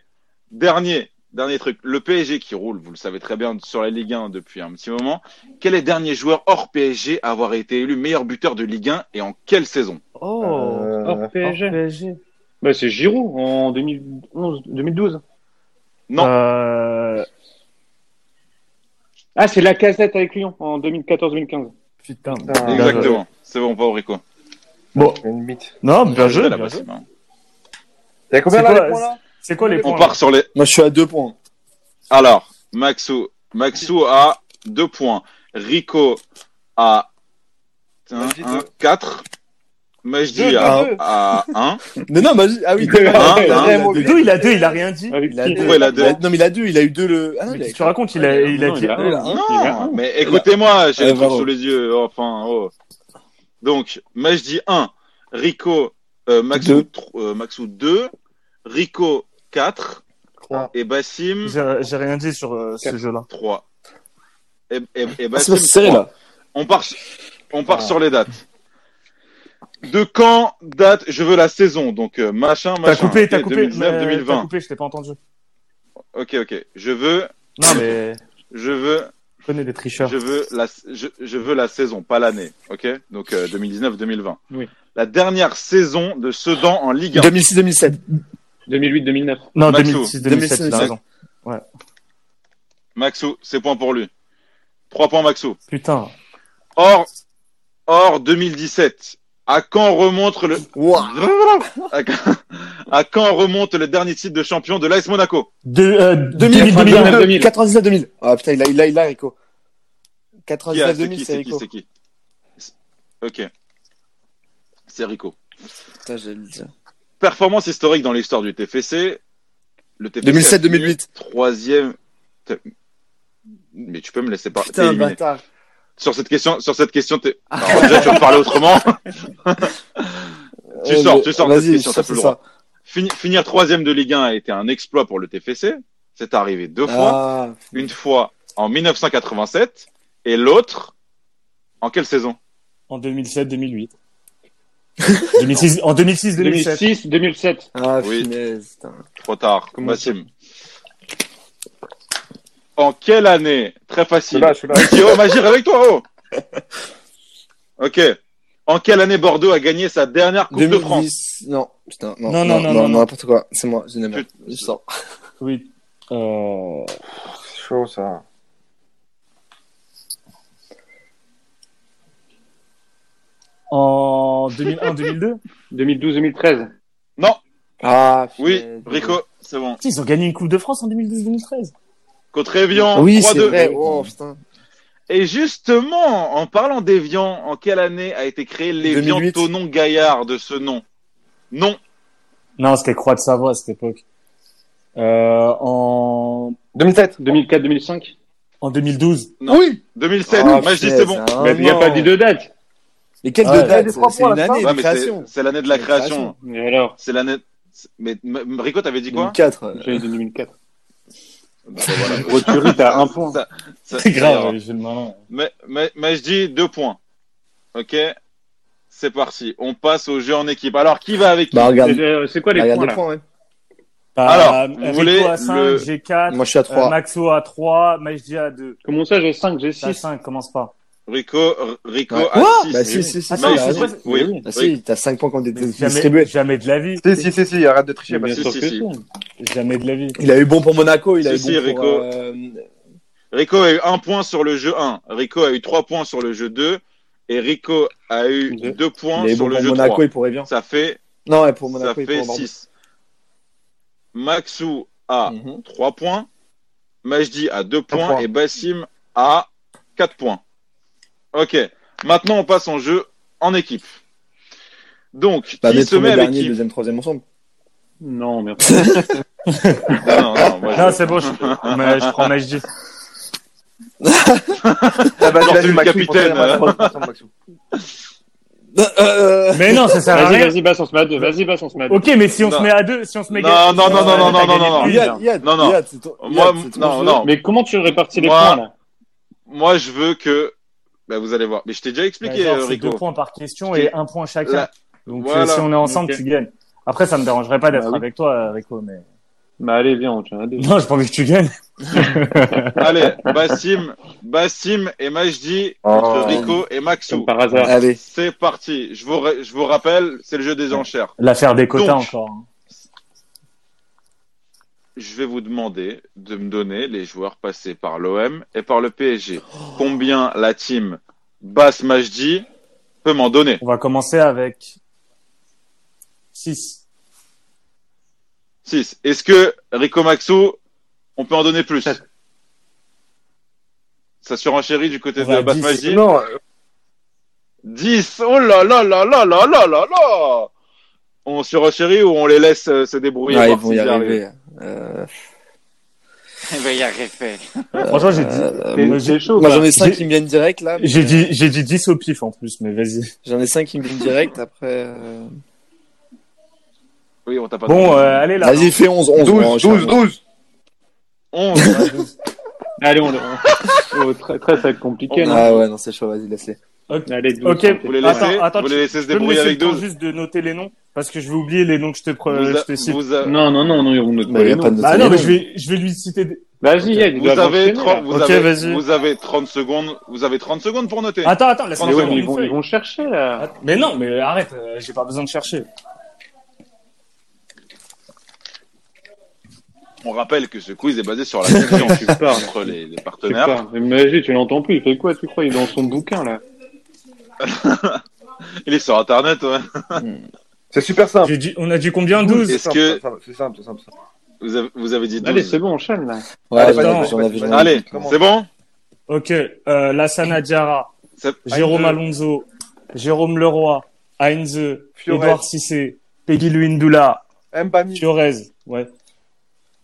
Speaker 1: dernier, dernier truc. Le PSG qui roule, vous le savez très bien, sur la Ligue 1 depuis un petit moment. Quel est le dernier joueur hors PSG à avoir été élu meilleur buteur de Ligue 1 et en quelle saison
Speaker 2: Oh.
Speaker 3: Euh,
Speaker 7: Hors PSG.
Speaker 2: PSG.
Speaker 7: Bah, c'est Giroud en 2011, 2012.
Speaker 1: Non.
Speaker 2: Euh,
Speaker 7: Ah, c'est la casette avec Lyon en 2014-2015.
Speaker 2: Putain.
Speaker 3: Putain.
Speaker 2: Ah, Bien joué.
Speaker 1: Exactement. C'est bon, pas au Rico.
Speaker 2: Bon,
Speaker 3: c'est une bite.
Speaker 2: non, bien
Speaker 7: Ah,
Speaker 2: joué.
Speaker 1: Là,
Speaker 2: bien
Speaker 1: bah,
Speaker 2: joué.
Speaker 1: c'est marrant.
Speaker 3: Il y a combien
Speaker 2: C'est
Speaker 3: là
Speaker 2: quoi,
Speaker 3: les points là
Speaker 2: C'est quoi les
Speaker 1: On
Speaker 2: points là
Speaker 1: part sur les.
Speaker 6: Moi, je suis à deux points.
Speaker 1: Alors, Maxou, Maxou a deux points. Rico a
Speaker 3: Vas-y, deux.
Speaker 1: 4. Moi, je
Speaker 3: Deux,
Speaker 1: dis à,
Speaker 3: deux.
Speaker 1: à 1.
Speaker 6: Non, non, vas-y. Ah oui,
Speaker 7: Il a-
Speaker 6: Ah,
Speaker 1: il a
Speaker 6: il a
Speaker 3: vraiment
Speaker 6: deux.
Speaker 3: oublié.
Speaker 2: Deux, il a deux, il a rien dit.
Speaker 6: Il a
Speaker 7: Alexis.
Speaker 6: deux.
Speaker 1: Ouais, il a deux.
Speaker 6: Il a- Non, mais il a deux. Il a eu deux le. Ah, non,
Speaker 2: Mais
Speaker 6: il a-
Speaker 2: qu'est-ce que tu racontes, il a, il a
Speaker 7: Non,
Speaker 2: dit.
Speaker 7: il a-
Speaker 2: deux, là.
Speaker 6: Hein
Speaker 7: Il a un.
Speaker 1: Mais écoutez-moi, j'ai
Speaker 6: Eh,
Speaker 1: le truc
Speaker 6: bravo.
Speaker 1: sous les yeux. oh, Enfin, oh. Donc, moi, je dis 1. Rico, euh, Maxou,
Speaker 6: Deux.
Speaker 1: 2. Rico, 4.
Speaker 3: Trois.
Speaker 1: Et Bassim,
Speaker 2: J'ai j'ai rien dit sur euh, ce jeu-là.
Speaker 1: 3. Et, et, et
Speaker 6: Ah, c'est
Speaker 1: Bassim,
Speaker 6: pas si serré
Speaker 1: trois.
Speaker 6: là.
Speaker 1: On part, su- on part sur les dates. De quand date Je veux la saison. Donc, euh, machin,
Speaker 2: T'as
Speaker 1: machin.
Speaker 2: coupé, t'as
Speaker 1: Ok,
Speaker 2: coupé.
Speaker 1: 2019,
Speaker 2: mais-
Speaker 1: 2020.
Speaker 2: T'as coupé, je t'ai pas entendu.
Speaker 1: Ok, ok. Je veux,
Speaker 2: Non, mais
Speaker 1: je veux,
Speaker 2: je connais des tricheurs.
Speaker 1: je veux la, je, je veux la saison, pas l'année. Ok. Donc euh, 2019-2020.
Speaker 7: Oui.
Speaker 1: La dernière saison de Sedan en Ligue 1.
Speaker 6: 2006-2007.
Speaker 7: 2008-2009.
Speaker 2: Non,
Speaker 1: Maxou.
Speaker 2: 2006, 2007, il a
Speaker 6: 2006,
Speaker 2: raison.
Speaker 1: Maxou, c'est points pour lui. Trois points Maxou.
Speaker 2: Putain.
Speaker 1: Or, or 2017. À quand remonte
Speaker 6: [laughs]
Speaker 1: le
Speaker 6: Wouah.
Speaker 1: à quand- à quand remonte le dernier titre de champion de l'AS Monaco
Speaker 2: De, euh, 2000, 2000.
Speaker 7: 2000.
Speaker 6: 99-2000. Ah putain, il a, il a, il a Rico.
Speaker 1: Qui a- C'est qui
Speaker 6: 99-2000, Ah,
Speaker 1: C'est
Speaker 6: c'est
Speaker 1: qui
Speaker 6: Rico.
Speaker 1: C'est qui Ok. C'est Rico.
Speaker 6: Putain, j'allais le dire.
Speaker 1: Performance historique dans l'histoire du TFC. Le TFC a
Speaker 6: 2007-2008.
Speaker 1: troisième. T'es- Mais tu peux me laisser parler.
Speaker 6: Putain,
Speaker 1: T'es éliminé.
Speaker 6: bâtard. Ah.
Speaker 1: Sur cette question, sur cette question, t'es. Alors, déjà, tu vas me parler autrement. [laughs] Tu
Speaker 6: Euh,
Speaker 1: sors,
Speaker 6: mais-
Speaker 1: tu sors de cette
Speaker 6: Vas-y,
Speaker 1: question,
Speaker 6: je
Speaker 1: t'as plus
Speaker 6: sors, c'est
Speaker 1: le droit.
Speaker 6: ça.
Speaker 1: Fini- Finir troisième de Ligue 1 a été un exploit pour le TFC. C'est arrivé deux fois.
Speaker 6: Ah,
Speaker 1: Une fois en 1987 et l'autre en quelle saison
Speaker 2: En
Speaker 1: [laughs]
Speaker 2: 2007, 2008. 2006, en 2006, 2007.
Speaker 7: 2006-2007.
Speaker 6: ah
Speaker 1: Oui.
Speaker 6: finesse. putain.
Speaker 1: Trop tard.
Speaker 7: Comment
Speaker 1: Massim. En quelle année Très
Speaker 3: Je suis
Speaker 1: facile.
Speaker 3: là, je suis là.
Speaker 1: Guillaume, Magir avec toi,
Speaker 6: [laughs]
Speaker 1: oh Ok. En quelle année Bordeaux a gagné sa dernière Coupe de France
Speaker 6: 2010. Non, putain, non, non, non, non,
Speaker 2: non.
Speaker 6: n'importe quoi. C'est moi, je n'aime pas. Je sors.
Speaker 2: Oui. Euh,
Speaker 3: Chaud ça.
Speaker 2: en 2001, 2002.
Speaker 7: 2012-2013.
Speaker 6: Ah,
Speaker 1: Oui,
Speaker 6: finesse.
Speaker 1: Rico, c'est bon.
Speaker 2: Putain, Ils ont gagné une Coupe de France en 2012-2013.
Speaker 1: Contre Evian,
Speaker 6: Oui, c'est
Speaker 1: 3-2.
Speaker 6: vrai. Oh putain.
Speaker 1: Et justement, en parlant d'Evian, en quelle année a été créé l'Evian
Speaker 6: 2008.
Speaker 1: Tonon Gaillard de ce nom Non.
Speaker 2: Non, c'était Croix de Savoie à cette époque. Euh, en,
Speaker 3: 2007.
Speaker 7: 2004-2005.
Speaker 2: en 2012.
Speaker 1: Non.
Speaker 6: Oui.
Speaker 1: 2007.
Speaker 6: Ah,
Speaker 1: Moi, je dis
Speaker 6: finesse,
Speaker 1: c'est bon.
Speaker 6: ah,
Speaker 7: Mais il n'y a
Speaker 6: non.
Speaker 7: pas dit de date.
Speaker 6: Mais quelle
Speaker 2: Ouais.
Speaker 6: de
Speaker 2: Ouais,
Speaker 6: date
Speaker 2: des
Speaker 6: C'est
Speaker 2: trois points,
Speaker 6: une
Speaker 2: là,
Speaker 6: année
Speaker 1: Ouais,
Speaker 6: de
Speaker 1: mais c'est
Speaker 6: création.
Speaker 1: c'est l'année de la
Speaker 6: C'est une
Speaker 1: création.
Speaker 6: création.
Speaker 7: Et alors
Speaker 1: C'est l'année. c'est- Mais M- Rico, t'avais dit quoi
Speaker 6: 2004. euh,
Speaker 7: J'ai eu 2004.
Speaker 1: Bah,
Speaker 6: [laughs]
Speaker 1: voilà.
Speaker 7: Gros tuerie, t'as un point.
Speaker 1: Ça- ça-
Speaker 2: C'est [laughs] grave, j'ai le malin.
Speaker 1: Mais, mais, mais je dis deux points. Ok C'est parti. On passe au jeu en équipe. Alors, qui va avec qui
Speaker 6: Bah regarde,
Speaker 7: C'est euh, c'est quoi les
Speaker 6: regarde
Speaker 7: points
Speaker 6: les
Speaker 7: là
Speaker 6: points. ouais.
Speaker 1: Alors,
Speaker 2: Euh,
Speaker 1: vous
Speaker 2: Rico
Speaker 1: voulez
Speaker 2: à 5,
Speaker 1: le-
Speaker 2: G4,
Speaker 6: Moi je suis à
Speaker 2: euh,
Speaker 6: 3.
Speaker 2: Maxo à 3, Majdi à 2.
Speaker 7: Comment ça, j'ai 5, j'ai
Speaker 2: T'as
Speaker 7: 6.
Speaker 2: 5, commence pas.
Speaker 1: Rico, R- Rico
Speaker 6: Ouais.
Speaker 1: à 6.
Speaker 6: Bah si, si, si,
Speaker 2: Ah,
Speaker 6: si,
Speaker 2: non,
Speaker 6: t'as
Speaker 2: c'est
Speaker 6: raison.
Speaker 2: pas-
Speaker 1: Oui, oui.
Speaker 6: Ah si, t'as 5 points quand t'es
Speaker 2: Jamais,
Speaker 6: distribué.
Speaker 2: jamais de la vie.
Speaker 3: Si, si, si, si, arrête de tricher.
Speaker 7: Bien
Speaker 1: si,
Speaker 7: sûr
Speaker 1: si,
Speaker 7: que
Speaker 1: si.
Speaker 7: si.
Speaker 2: Jamais de la vie.
Speaker 6: Il a eu bon pour Monaco, il a
Speaker 1: Si, si,
Speaker 6: eu bon
Speaker 1: Rico.
Speaker 6: pour. euh,
Speaker 1: Rico a eu un point sur le jeu 1. Rico a eu trois points sur le jeu 2. Et Rico a eu
Speaker 7: Deux.
Speaker 1: deux points
Speaker 6: Il a eu
Speaker 1: sur
Speaker 6: bon
Speaker 1: le
Speaker 6: pour
Speaker 1: jeu
Speaker 6: Monaco
Speaker 1: 3.
Speaker 6: et pour Evian.
Speaker 1: Ça fait,
Speaker 6: Non, ouais, pour
Speaker 1: ça
Speaker 6: Monaco et
Speaker 1: fait
Speaker 6: pour Bordeaux.
Speaker 1: 6. Maxou a
Speaker 6: Mhm.
Speaker 1: trois points. Majdi a deux points.
Speaker 3: points.
Speaker 1: Et Bassim a quatre points. Ok. Maintenant, on passe en jeu en équipe. Donc,
Speaker 6: Bah,
Speaker 1: qui
Speaker 6: mais
Speaker 1: se met
Speaker 6: premier,
Speaker 1: avec
Speaker 6: dernier,
Speaker 1: qui
Speaker 6: deuxième, troisième ensemble.
Speaker 7: Non, mais
Speaker 1: Non, non, non,
Speaker 6: [laughs]
Speaker 1: moi, je-
Speaker 2: Non, c'est
Speaker 1: [laughs]
Speaker 2: bon, je, mais je prends Majdi.
Speaker 3: Ah bah,
Speaker 1: Genre,
Speaker 3: vas-y,
Speaker 1: c'est le
Speaker 3: Maxou,
Speaker 1: capitaine,
Speaker 3: prends-toi,
Speaker 1: hein.
Speaker 3: prends-toi, prends-toi, [laughs] Maxou.
Speaker 6: Euh,
Speaker 2: Mais non, ça sert à
Speaker 7: Vas-y,
Speaker 2: rien.
Speaker 7: vas-y, balance ma 2. Vas-y, balance ma 2.
Speaker 2: Ok, mais si on
Speaker 1: Non.
Speaker 2: se met à 2, si on se met
Speaker 1: Non, non,
Speaker 2: gagner- si on
Speaker 1: non,
Speaker 2: se met
Speaker 1: non,
Speaker 2: à
Speaker 1: non,
Speaker 2: deux,
Speaker 1: non,
Speaker 2: t'as gagné
Speaker 1: non,
Speaker 2: plus,
Speaker 1: non.
Speaker 2: là.
Speaker 6: Yad, Yad,
Speaker 1: Non, non.
Speaker 6: Yad, c'est ton-
Speaker 1: Moi,
Speaker 6: Yad, c'est ton
Speaker 1: non,
Speaker 6: jeu.
Speaker 1: non.
Speaker 7: Mais comment tu répartis les
Speaker 1: Moi-
Speaker 7: points là
Speaker 1: Moi, je veux que. bah, vous allez voir. Mais je t'ai déjà expliqué,
Speaker 2: Genre,
Speaker 1: euh,
Speaker 2: c'est deux
Speaker 1: Rico.
Speaker 2: points par question et
Speaker 1: Qui-
Speaker 2: un point chacun.
Speaker 1: Là.
Speaker 2: Donc
Speaker 1: Voilà.
Speaker 2: euh, si on est ensemble,
Speaker 7: Ok.
Speaker 2: tu gagnes. Après, ça me dérangerait pas d'être
Speaker 6: Bah oui.
Speaker 2: avec toi, euh, Rico, mais [laughs]
Speaker 7: Bah allez, viens, on tient à 2.
Speaker 2: non, j'ai pas envie que tu gagnes.
Speaker 1: Allez, Bassim, Bassim et Majdi contre Rico et
Speaker 7: Comme
Speaker 1: Maxou.
Speaker 7: par hasard.
Speaker 6: Allez.
Speaker 1: C'est parti. Je vous, ra- je vous rappelle, c'est le jeu des enchères.
Speaker 2: L'affaire des quotas
Speaker 1: Donc.
Speaker 2: encore. hein.
Speaker 1: Je vais vous demander de me donner les joueurs passés par l'OM et par le PSG. Combien la team Bass Majdi peut m'en donner
Speaker 2: On va commencer avec 6.
Speaker 1: 6. Est-ce que Rico Maxou, on peut en donner plus Ça surenchérit du côté
Speaker 2: On va
Speaker 1: de
Speaker 2: à
Speaker 1: Bass
Speaker 2: dix.
Speaker 1: Majdi
Speaker 3: Non, euh,
Speaker 1: 10. Oh là là là là là là là là On surenchérit ou on les laisse euh, se débrouiller
Speaker 6: Ah, ils
Speaker 1: voir
Speaker 6: vont
Speaker 1: s'ils
Speaker 6: y
Speaker 1: arrivent
Speaker 6: arriver. Euh,
Speaker 2: Franchement, j'ai dit.
Speaker 6: euh,
Speaker 7: T'es-
Speaker 2: moi,
Speaker 7: t'es
Speaker 2: j'ai-
Speaker 7: chaud,
Speaker 6: moi,
Speaker 7: quoi.
Speaker 6: j'en ai 5
Speaker 2: J'ai-
Speaker 6: qui me viennent direct, là. mais,
Speaker 2: J'ai
Speaker 6: euh,
Speaker 2: dit, j'ai dit 10 au pif en plus, mais vas-y.
Speaker 6: J'en ai 5 qui me viennent direct, après... euh,
Speaker 1: Oui, on t'a pas
Speaker 2: Bon, euh, allez là.
Speaker 6: Vas-y, fais 11, 11.
Speaker 3: 12, 12, 12.
Speaker 1: 11.
Speaker 7: Allez, on, on- oh, très, très, ça va être compliqué. non
Speaker 6: Ah ouais, non, c'est chaud, vas-y, laisse-les.
Speaker 7: Allez, douze,
Speaker 2: Ok.
Speaker 7: santé.
Speaker 1: Vous les laissez,
Speaker 2: Attends, attends,
Speaker 1: vous les laissez se
Speaker 2: Je peux me
Speaker 1: débrouiller
Speaker 2: laisser
Speaker 1: avec
Speaker 2: le temps
Speaker 1: 12.
Speaker 2: juste de noter les noms parce que je vais oublier les noms que je te, pre-
Speaker 1: Vous,
Speaker 2: euh, je
Speaker 1: a-
Speaker 2: te cite.
Speaker 1: vous, a-
Speaker 7: Ah, Non, non, non, non, on ne
Speaker 6: Bah, il y a pas de noter
Speaker 2: Bah
Speaker 6: les
Speaker 2: non, mais
Speaker 6: noms.
Speaker 2: je vais, je vais lui citer. des-
Speaker 7: Vas-y, Yann, il
Speaker 1: vous
Speaker 7: doit
Speaker 1: avez
Speaker 7: enchaîner,
Speaker 1: 30,
Speaker 7: là.
Speaker 1: vous,
Speaker 2: Ok,
Speaker 1: avez,
Speaker 2: vas-y.
Speaker 1: vous avez 30 secondes, vous avez 30 secondes pour noter.
Speaker 2: Attends, attends, laisse-moi
Speaker 7: Mais ouais,
Speaker 2: faire
Speaker 7: mais ils
Speaker 2: une
Speaker 7: vont, ils
Speaker 2: feuille.
Speaker 7: vont chercher, là.
Speaker 2: Att- Mais non, mais arrête, euh, j'ai pas besoin de chercher.
Speaker 1: On rappelle que ce quiz est basé sur la confiance
Speaker 7: Tu parles.
Speaker 1: entre les, les
Speaker 7: C'est
Speaker 1: partenaires.
Speaker 7: pas. Mais vas-y, tu l'entends plus. Il fait quoi, tu crois Il est dans son bouquin, là.
Speaker 1: Il est sur internet, ouais.
Speaker 3: C'est super simple.
Speaker 2: J'ai dit- on a dit combien
Speaker 1: Et-
Speaker 2: 12
Speaker 1: Est-ce
Speaker 3: C'est simple,
Speaker 1: que-
Speaker 3: c'est simple, C'est simple, c'est simple. c'est simple.
Speaker 1: Vous avez, vous avez dit 12.
Speaker 7: Allez, c'est bon, enchaîne, là.
Speaker 6: Ouais,
Speaker 2: Allez,
Speaker 6: j'en
Speaker 2: vas-y,
Speaker 6: ai- j'en avais-
Speaker 3: vas-y,
Speaker 6: j'en avais-
Speaker 1: Allez,
Speaker 3: Comment
Speaker 1: c'est bon
Speaker 2: Ok, euh, Lassana Diarra,
Speaker 1: C'est-
Speaker 2: Jérôme
Speaker 3: Heinze.
Speaker 2: Alonso, Jérôme Leroy, Heinze,
Speaker 3: Fiorez.
Speaker 2: Edouard Cissé, Peggy Luindula,
Speaker 3: Mbami,
Speaker 2: Fiorez, ouais.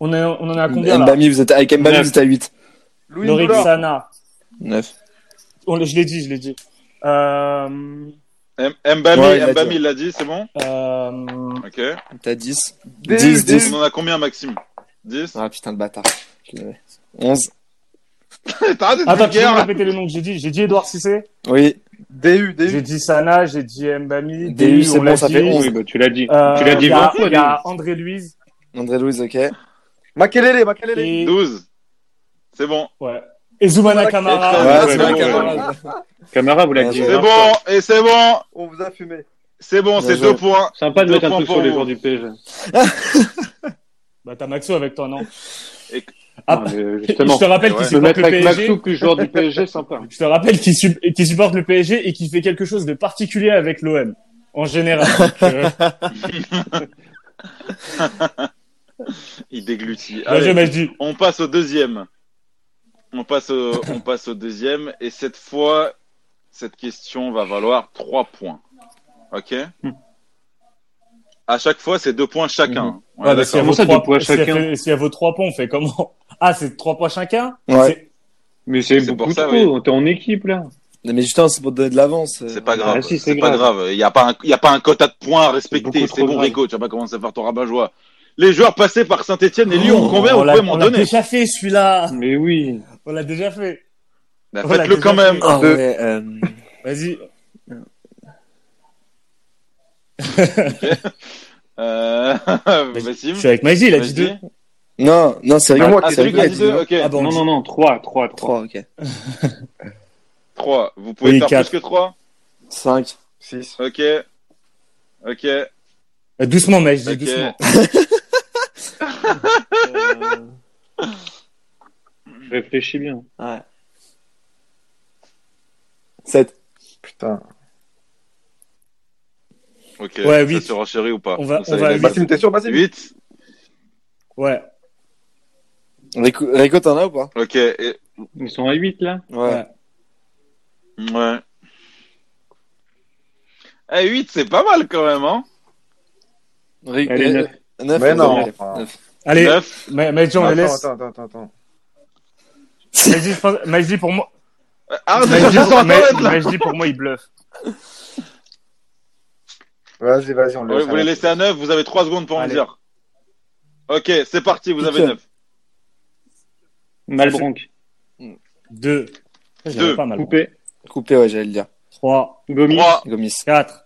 Speaker 2: On, est, on en est à combien là
Speaker 6: Mbami, vous êtes, avec Mbami,
Speaker 7: Neuf.
Speaker 6: vous êtes à 8.
Speaker 3: Louis
Speaker 2: Lorik
Speaker 3: Ndola,
Speaker 2: Sana,
Speaker 6: 9.
Speaker 2: On l'a- je l'ai dit, je l'ai dit. Euh,
Speaker 1: M- Mbami,
Speaker 6: Ouais, il l'a
Speaker 1: Mbami,
Speaker 6: dit.
Speaker 1: il l'a dit, c'est bon
Speaker 2: euh,
Speaker 1: Ok.
Speaker 6: T'as 10.
Speaker 3: Dé-
Speaker 6: 10,
Speaker 3: Dé-
Speaker 6: 10.
Speaker 1: On en a combien, Maxime 10
Speaker 6: Ah putain de bâtard. Je l'avais. 11.
Speaker 1: T'arrêtes d'être
Speaker 2: Attends, tu peux me
Speaker 1: vulgaire
Speaker 2: répéter les noms que j'ai dit J'ai dit Edouard Cissé,
Speaker 6: Oui.
Speaker 3: DU,
Speaker 2: j'ai
Speaker 3: DU.
Speaker 2: dit Sana, j'ai dit Mbami,
Speaker 6: DU, c'est
Speaker 2: on
Speaker 6: bon,
Speaker 2: l'a
Speaker 6: ça
Speaker 2: dit.
Speaker 6: fait
Speaker 7: Oui, bah, tu l'as dit.
Speaker 2: Euh,
Speaker 7: tu l'as dit
Speaker 2: il y a-
Speaker 7: 20 fois,
Speaker 2: Il y a
Speaker 7: dis.
Speaker 2: André Louise.
Speaker 6: André Louise, ok.
Speaker 3: Makelele, Makelele.
Speaker 2: Et,
Speaker 1: 12. C'est bon.
Speaker 2: ouais. et Zoumana Kamara.
Speaker 1: Ouais,
Speaker 6: Ouais, c'est
Speaker 1: ouais,
Speaker 6: bon,
Speaker 1: ouais,
Speaker 6: camarade.
Speaker 7: Camara, vous l'avez dit.
Speaker 6: Ouais,
Speaker 1: C'est
Speaker 6: ouais.
Speaker 7: 20
Speaker 1: bon,
Speaker 7: fois.
Speaker 1: et c'est bon,
Speaker 3: On vous a fumé.
Speaker 1: c'est bon,
Speaker 6: Bien
Speaker 1: c'est
Speaker 6: joué.
Speaker 1: deux points.
Speaker 7: Sympa de
Speaker 1: Deux
Speaker 7: mettre un
Speaker 1: points
Speaker 7: truc
Speaker 1: pour
Speaker 7: sur les
Speaker 1: vous.
Speaker 7: joueurs du PSG.
Speaker 2: Bah, t'as Maxo avec toi, non
Speaker 1: Et-
Speaker 2: Ah,
Speaker 7: Non, mais
Speaker 2: Je
Speaker 7: justement.
Speaker 2: te rappelle
Speaker 1: Ouais.
Speaker 2: qu'il
Speaker 7: Me
Speaker 2: supporte
Speaker 7: mettre
Speaker 2: le
Speaker 7: avec
Speaker 2: PSG.
Speaker 7: Maxou, plus joueur du PSG, sympa.
Speaker 2: Je te rappelle qu'il sup- qu'il supporte le PSG et qu'il fait quelque chose de particulier avec l'OM.
Speaker 1: [laughs]
Speaker 2: En général. Donc, euh,
Speaker 1: Il déglutit.
Speaker 2: bien
Speaker 1: Allez.
Speaker 2: joué, Majdi.
Speaker 1: On passe au deuxième. On passe au, on passe au deuxième. Et cette fois, cette question va valoir 3 points. OK À chaque fois, c'est deux points chacun. On est
Speaker 2: Ouais, bah,
Speaker 1: Ah, d'accord.
Speaker 2: s'il y a
Speaker 7: Comment
Speaker 2: vos
Speaker 7: ça,
Speaker 2: trois-
Speaker 7: deux points
Speaker 2: s'il y a
Speaker 7: chacun
Speaker 2: fait- S'il y a vos trois points, on fait comment [laughs] Ah, c'est trois points chacun
Speaker 6: Ouais.
Speaker 2: C'est-
Speaker 7: Mais c'est
Speaker 1: C'est pour
Speaker 7: beaucoup
Speaker 1: ça,
Speaker 7: trop. T'es en équipe, là.
Speaker 6: Non, mais justement, c'est pour te donner de l'avance. euh.
Speaker 1: C'est pas grave.
Speaker 7: Ah, si, c'est
Speaker 1: c'est pas
Speaker 7: grave.
Speaker 1: grave. Il n'y a, pas un- il y a pas un quota de points à respecter.
Speaker 7: beaucoup
Speaker 1: C'est
Speaker 7: trop
Speaker 1: bon,
Speaker 7: grave.
Speaker 1: Rico. Tu vas pas commencer à faire ton rabat-joie. Les joueurs passés par Saint-Etienne et Lyon,
Speaker 2: Oh,
Speaker 1: combien
Speaker 2: on
Speaker 1: vous
Speaker 2: l'a-
Speaker 1: pouvez m'en
Speaker 2: on l'a
Speaker 1: donner
Speaker 2: déjà fait, celui-là.
Speaker 7: Mais oui.
Speaker 2: On l'a déjà fait.
Speaker 1: Ben,
Speaker 2: on l'a
Speaker 1: Faites-le
Speaker 2: déjà
Speaker 1: quand
Speaker 2: fait.
Speaker 1: même.
Speaker 6: Ah
Speaker 3: Deux.
Speaker 6: ouais, euh,
Speaker 2: Vas-y.
Speaker 1: Euh... [laughs]
Speaker 2: Je
Speaker 1: Maxime,
Speaker 2: suis avec Majdi, il a dit
Speaker 1: vas-y.
Speaker 2: deux.
Speaker 6: Non, non, c'est
Speaker 3: Ah,
Speaker 6: rigolo.
Speaker 1: Ah,
Speaker 6: c'est
Speaker 1: c'est lui qui
Speaker 6: rigolo.
Speaker 1: a dit deux. Ok.
Speaker 2: Ah bon,
Speaker 7: Non,
Speaker 2: on dit-
Speaker 7: non, non, 3, 3,
Speaker 6: 3,
Speaker 7: 3.
Speaker 6: ok.
Speaker 1: 3. Vous pouvez
Speaker 2: Oui,
Speaker 1: faire
Speaker 2: quatre.
Speaker 1: plus que 3
Speaker 6: 5.
Speaker 3: 6.
Speaker 1: Ok. Ok.
Speaker 2: Euh, Doucement, Majdi,
Speaker 1: Ok.
Speaker 2: doucement.
Speaker 7: Réfléchis bien.
Speaker 6: Ouais. 7.
Speaker 3: Putain.
Speaker 1: Ok.
Speaker 2: Ouais, huit.
Speaker 1: Ça se renchérit ou pas
Speaker 2: On va-
Speaker 1: Vous
Speaker 2: on
Speaker 1: savez
Speaker 2: va
Speaker 1: la
Speaker 2: à
Speaker 1: base.
Speaker 3: Bassim, t'es sûr, Bassim
Speaker 1: 8.
Speaker 2: Ouais.
Speaker 6: Rico, Rico, t'en as ou pas
Speaker 1: Ok. et-
Speaker 7: Ils sont à 8, là.
Speaker 2: Ouais.
Speaker 1: Ouais. Eh, 8, c'est pas mal quand même, hein
Speaker 6: Rico,
Speaker 7: Allez, neuf.
Speaker 6: 9.
Speaker 3: Mais non.
Speaker 2: Allez,
Speaker 1: Neuf.
Speaker 2: Ma- Majdi, on le
Speaker 3: Attends,
Speaker 2: laisse.
Speaker 3: attends, attends, attends.
Speaker 2: Majdi, je pense- Majdi, pour moi.
Speaker 1: Ah, [laughs] on est
Speaker 2: Majdi,
Speaker 1: cherché sur
Speaker 2: pour...
Speaker 1: Internet, là
Speaker 2: Majdi, pour moi, il bluffe.
Speaker 3: Vas-y, vas-y, on le
Speaker 1: Ouais,
Speaker 3: laisse.
Speaker 1: Vous les laissez à 9, vous avez 3 secondes pour me
Speaker 2: Allez.
Speaker 1: dire. Ok, c'est parti, vous avez
Speaker 6: Ok.
Speaker 1: 9.
Speaker 7: Malbronk,
Speaker 2: Deux. J'avais
Speaker 1: Deux.
Speaker 2: Pas mal.
Speaker 7: Coupé,
Speaker 6: Coupé, ouais, j'allais le dire.
Speaker 2: Trois,
Speaker 7: Gomis,
Speaker 1: 3,
Speaker 6: Gomis.
Speaker 2: quatre,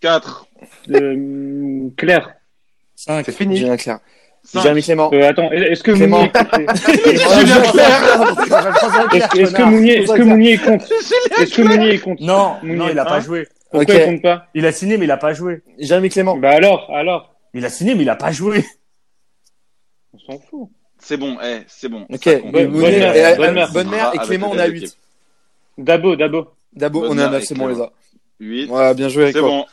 Speaker 1: 4,
Speaker 7: euh, Claire.
Speaker 2: cinq.
Speaker 3: C'est fini.
Speaker 6: Julien Clerc.
Speaker 1: 5.
Speaker 6: Jérémy Clément.
Speaker 7: Euh, attends, est-ce que
Speaker 6: Clément.
Speaker 7: Mounier
Speaker 2: [laughs]
Speaker 3: [laughs]
Speaker 1: Julien
Speaker 7: est-ce est-ce que Mounier, est-ce que Mounier est contre Est-ce
Speaker 2: [laughs]
Speaker 7: que Mounier est contre
Speaker 2: Non,
Speaker 7: Mounier,
Speaker 2: non, il a pas
Speaker 7: hein
Speaker 2: joué.
Speaker 7: Pourquoi
Speaker 6: Ok.
Speaker 7: il compte pas
Speaker 2: Il a signé, mais il a pas joué.
Speaker 6: Jérémy Clément.
Speaker 7: Bah alors, alors,
Speaker 2: Il a signé, mais il a pas joué.
Speaker 7: on s'en fout.
Speaker 1: C'est bon, eh, c'est bon.
Speaker 6: Ok.
Speaker 1: ça compte.
Speaker 6: Mais
Speaker 7: Bonne
Speaker 6: Mounier-
Speaker 7: mère,
Speaker 6: et-
Speaker 7: bonne
Speaker 6: euh,
Speaker 7: mère.
Speaker 6: Bonne mère et
Speaker 1: Avec
Speaker 6: Clément,
Speaker 1: les
Speaker 6: on est à
Speaker 1: deux
Speaker 6: 8.
Speaker 7: Dabo, Dabo.
Speaker 6: D'abord,
Speaker 1: Bonne
Speaker 6: on est à
Speaker 1: mère
Speaker 6: 9,
Speaker 1: et
Speaker 6: c'est bon, les
Speaker 1: Clément.
Speaker 6: gars.
Speaker 1: 8.
Speaker 6: Ouais, bien joué,
Speaker 1: C'est
Speaker 6: Rico.
Speaker 1: bon.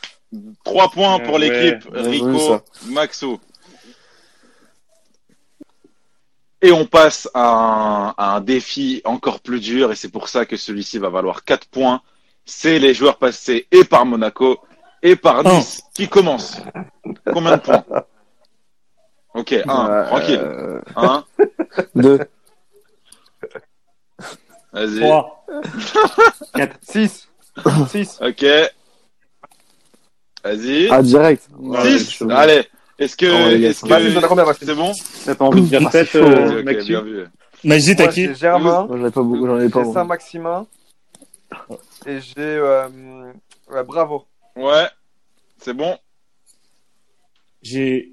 Speaker 1: 3 points pour
Speaker 7: Ouais,
Speaker 1: l'équipe.
Speaker 6: bien joué,
Speaker 1: Rico,
Speaker 6: ça.
Speaker 1: Maxo. Et on passe à un, à un défi encore plus dur, et c'est pour ça que celui-ci va valoir 4 points. c'est les joueurs passés et par Monaco et par
Speaker 6: Oh.
Speaker 1: Nice qui commencent. Combien de points Ok, un,
Speaker 6: Euh,
Speaker 1: tranquille.
Speaker 6: euh,
Speaker 1: Un,
Speaker 6: Deux.
Speaker 1: vas-y.
Speaker 2: 3.
Speaker 3: 6.
Speaker 1: [laughs]
Speaker 3: 6.
Speaker 1: Ok. Vas-y.
Speaker 6: Ah, direct. Ouais,
Speaker 1: 6
Speaker 6: c'est bon.
Speaker 1: Allez. Est-ce que
Speaker 6: Oh, les gars,
Speaker 1: est-ce
Speaker 6: c'est
Speaker 1: que-
Speaker 3: Vas-y, je donne combien, Maxime
Speaker 1: c'est bon
Speaker 7: T'as pas envie de dire
Speaker 6: Ah, c'est
Speaker 7: tête,
Speaker 6: chaud,
Speaker 7: euh,
Speaker 1: Ok, ok,
Speaker 7: Maxi
Speaker 1: bien vu.
Speaker 2: Magie, t'as
Speaker 3: Moi,
Speaker 2: qui
Speaker 3: j'ai Germain,
Speaker 6: Moi, j'en ai pas beaucoup. J'en ai pas
Speaker 3: j'ai
Speaker 6: beaucoup.
Speaker 3: Saint-Maximin et j'ai euh, ouais, Bravo.
Speaker 1: Ouais. C'est bon.
Speaker 2: J'ai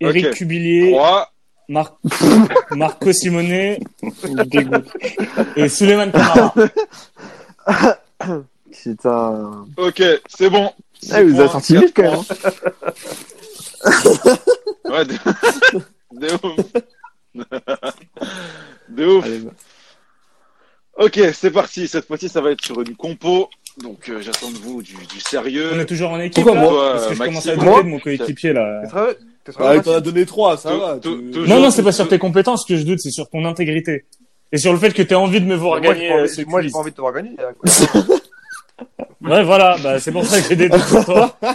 Speaker 2: Eric
Speaker 1: Ok.
Speaker 2: Cubillier,
Speaker 1: 3
Speaker 2: Mar- [laughs] Marco Simonet et Suleiman
Speaker 3: [laughs]
Speaker 2: Kamara.
Speaker 6: Putain.
Speaker 1: Ok, c'est bon.
Speaker 6: Eh, vous avez
Speaker 1: avez
Speaker 6: sorti vite quand hein. même. hein.
Speaker 1: Ouais, de... de [laughs] ouf. de ouf.
Speaker 6: Allez, bah.
Speaker 1: Ok, c'est parti. Cette fois-ci, ça va être sur une compo. Donc, euh, j'attends de vous du, du
Speaker 2: On est
Speaker 1: sérieux.
Speaker 2: toujours en équipe
Speaker 8: Pourquoi
Speaker 2: là
Speaker 1: moi
Speaker 2: Parce
Speaker 3: Euh,
Speaker 2: que je
Speaker 1: Maxime,
Speaker 2: commence à
Speaker 1: moi
Speaker 2: douter de mon coéquipier là.
Speaker 3: T'es sérieux T'es sérieux,
Speaker 8: Ah,
Speaker 3: Maxime
Speaker 8: t'en as donné 3, ça
Speaker 1: Tou-
Speaker 8: va.
Speaker 1: tou-
Speaker 8: tu-
Speaker 1: toujours.
Speaker 2: [laughs] Non, non, c'est pas sur tes compétences que je doute, c'est sur ton intégrité. Et sur le fait que t'aies envie de me voir
Speaker 3: Moi, j'ai
Speaker 2: gagner
Speaker 3: pas envie-
Speaker 2: euh, ce
Speaker 3: Moi, j'ai
Speaker 2: quiz.
Speaker 3: pas envie de te voir gagner. hein,
Speaker 2: Ouais, voilà, bah, c'est pour ça que j'ai des doutes
Speaker 3: [laughs]
Speaker 2: sur toi. Bah,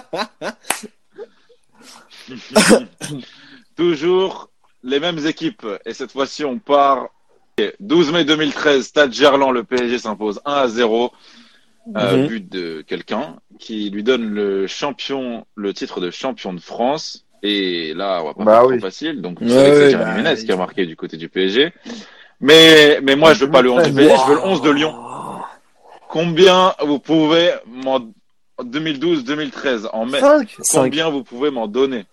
Speaker 1: Toujours les mêmes équipes. Et cette fois-ci, on part. Ok, 12 mai 2013, Stade Gerland, le PSG s'impose 1 à 0. Euh,
Speaker 8: Mhm.
Speaker 1: But de quelqu'un qui lui donne le champion, le titre de champion de France. Et là, on va pas
Speaker 3: Bah
Speaker 1: faire
Speaker 3: oui.
Speaker 1: trop facile. Donc,
Speaker 8: Ouais,
Speaker 1: c'est savez que c'est
Speaker 8: ouais,
Speaker 1: Jérémy
Speaker 8: bah,
Speaker 1: Ménez qui a marqué du côté du PSG. Mais, mais
Speaker 8: Ah,
Speaker 1: moi, je veux pas le 11 du PSG, je veux le 11 de Lyon.
Speaker 8: Oh.
Speaker 1: Combien vous pouvez m'en, 2012, 2013, en mai,
Speaker 3: 5
Speaker 6: Cinq.
Speaker 1: combien vous pouvez m'en donner?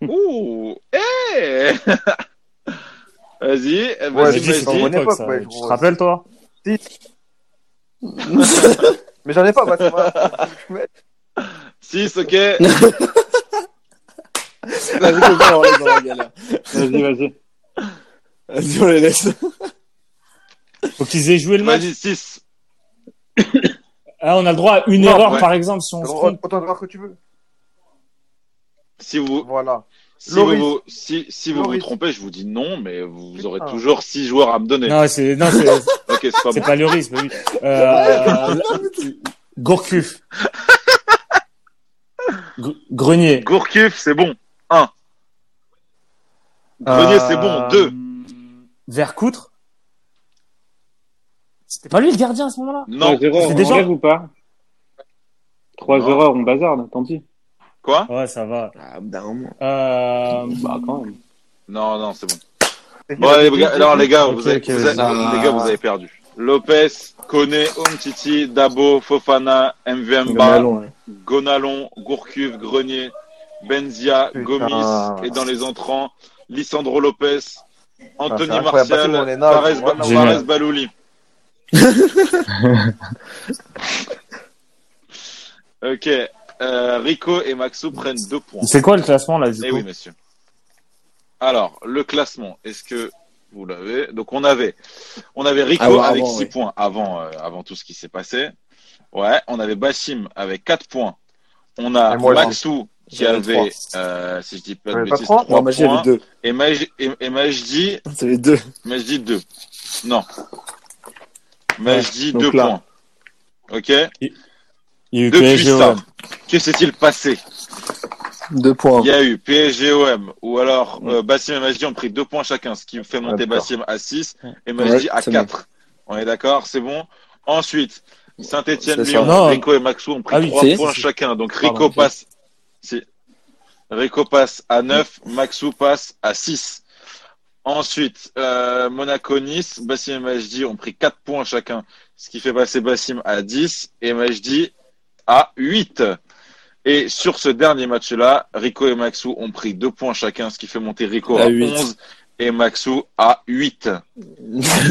Speaker 1: Ouh, eh [laughs] Vas-y, eh,
Speaker 3: Ouais,
Speaker 1: vas-y,
Speaker 3: j'ai dit,
Speaker 2: c'est
Speaker 3: dans
Speaker 1: vas-y.
Speaker 2: ton
Speaker 3: mon
Speaker 2: époque,
Speaker 3: époque,
Speaker 2: ça.
Speaker 3: ouais,
Speaker 2: Tu
Speaker 3: gros.
Speaker 2: te rappelles, toi
Speaker 3: Mais j'en ai pas, Maxime.
Speaker 1: 6, ok.
Speaker 8: Vas-y, copain, on est dans la galère.
Speaker 7: Vas-y, vas-y.
Speaker 8: Vas-y, on les laisse.
Speaker 2: Faut qu'ils aient joué le match.
Speaker 1: Vas-y, 6.
Speaker 2: Ah, on a le droit à une
Speaker 1: Non,
Speaker 2: erreur,
Speaker 1: ouais.
Speaker 2: par exemple, si on se trompe.
Speaker 3: Autant de voir que tu veux.
Speaker 1: Si vous,
Speaker 3: Voilà.
Speaker 1: si
Speaker 3: Loris.
Speaker 1: vous, si, si vous vous
Speaker 3: Loris.
Speaker 1: trompez, je vous dis non, mais vous aurez
Speaker 3: Putain.
Speaker 1: toujours 6 joueurs à me donner.
Speaker 2: Non, c'est, non, c'est,
Speaker 1: [laughs] Ok, c'est pas
Speaker 2: c'est
Speaker 1: bon.
Speaker 2: pas Lloris, mais oui. Euh, Gourcuff. Gr- Grenier.
Speaker 1: Gourcuff, c'est bon. 1. Grenier, c'est bon.
Speaker 2: Euh,
Speaker 1: 2.
Speaker 2: Vercoutre. C'était pas lui le gardien à ce moment-là
Speaker 1: Non.
Speaker 7: Trois erreurs,
Speaker 2: C'est
Speaker 7: on
Speaker 2: déjà-
Speaker 7: enlève ou pas Trois
Speaker 1: Non.
Speaker 7: erreurs, on bazarde, tant pis.
Speaker 1: Quoi
Speaker 2: Ouais, ça va.
Speaker 8: Ah, d'un moment.
Speaker 1: Ah,
Speaker 2: Euh...
Speaker 7: Bah, quand même.
Speaker 1: Non, non, c'est bon. Bon, allez, les gars, alors, les gars, vous, avez,
Speaker 2: ok,
Speaker 1: vous avez-
Speaker 8: ah.
Speaker 1: les gars, vous avez perdu. Lopez, Koné, Omtiti, Dabo, Fofana,
Speaker 6: Gamma
Speaker 1: MVMba,
Speaker 6: long, ouais.
Speaker 1: Gonalon, Gourcuff, Grenier, Benzia,
Speaker 3: Putain.
Speaker 1: Gomis, et dans les entrants, Lisandro Lopez, Anthony
Speaker 3: Ah, c'est incroyable,
Speaker 1: Martial,
Speaker 3: parce qu'on est naze,
Speaker 1: Fares,
Speaker 3: voilà.
Speaker 1: Fares
Speaker 3: [laughs]
Speaker 1: Balouli. ok, euh, Rico et Maxou prennent deux points.
Speaker 2: C'est quoi le classement là du
Speaker 1: Eh
Speaker 2: coup
Speaker 1: oui, monsieur. Alors, le classement, est-ce que vous l'avez Donc, on avait, on avait Rico
Speaker 8: Ah ouais,
Speaker 1: avec
Speaker 8: avant,
Speaker 1: 6
Speaker 8: ouais.
Speaker 1: points avant, euh, avant tout ce qui s'est passé. Ouais, on avait Bashim avec 4 points. On a
Speaker 3: Et moi,
Speaker 1: Maxou qui
Speaker 8: J'avais
Speaker 1: avait, euh, si je dis pas de
Speaker 3: J'avais pas
Speaker 1: bêtises, 3
Speaker 3: trois
Speaker 8: Non,
Speaker 1: points.
Speaker 8: moi, j'avais deux.
Speaker 1: Et Maj- et- et Majdi,
Speaker 8: J'avais deux.
Speaker 1: Majdi 2. Non. Majdi
Speaker 8: donc
Speaker 1: 2
Speaker 8: là.
Speaker 1: points. Ok
Speaker 2: Il y a eu
Speaker 1: Depuis
Speaker 2: PSG,
Speaker 1: ça,
Speaker 2: ouais.
Speaker 1: que s'est-il passé
Speaker 6: Deux points.
Speaker 1: Il y a eu PSGOM ou alors euh, Bassim et Majdi ont pris deux points chacun, ce qui fait monter
Speaker 3: d'accord.
Speaker 1: Bassim à 6 et Majdi
Speaker 8: Ouais,
Speaker 1: à
Speaker 8: c'est
Speaker 1: 4. On est d'accord, c'est bon. Ensuite, Saint-Etienne,
Speaker 8: C'est
Speaker 1: Lyon,
Speaker 2: ça. Non.
Speaker 1: Rico et Maxou ont pris
Speaker 2: Ah oui,
Speaker 1: trois
Speaker 8: c'est-
Speaker 1: points
Speaker 2: c'est-
Speaker 1: chacun. Donc Rico
Speaker 2: Pardon, ok.
Speaker 1: passe. si. Rico passe à 9, Maxou passe à 6. Ensuite, euh, Monaco-Nice, Bassim et Majdi ont pris 4 points chacun, ce qui fait passer Bassim à 10 et Majdi à 8. Et sur ce dernier match-là, Rico et Maxou ont pris 2 points chacun, ce qui fait monter Rico à,
Speaker 8: À huit.
Speaker 1: 11 et Maxou à
Speaker 8: [laughs]
Speaker 1: 8.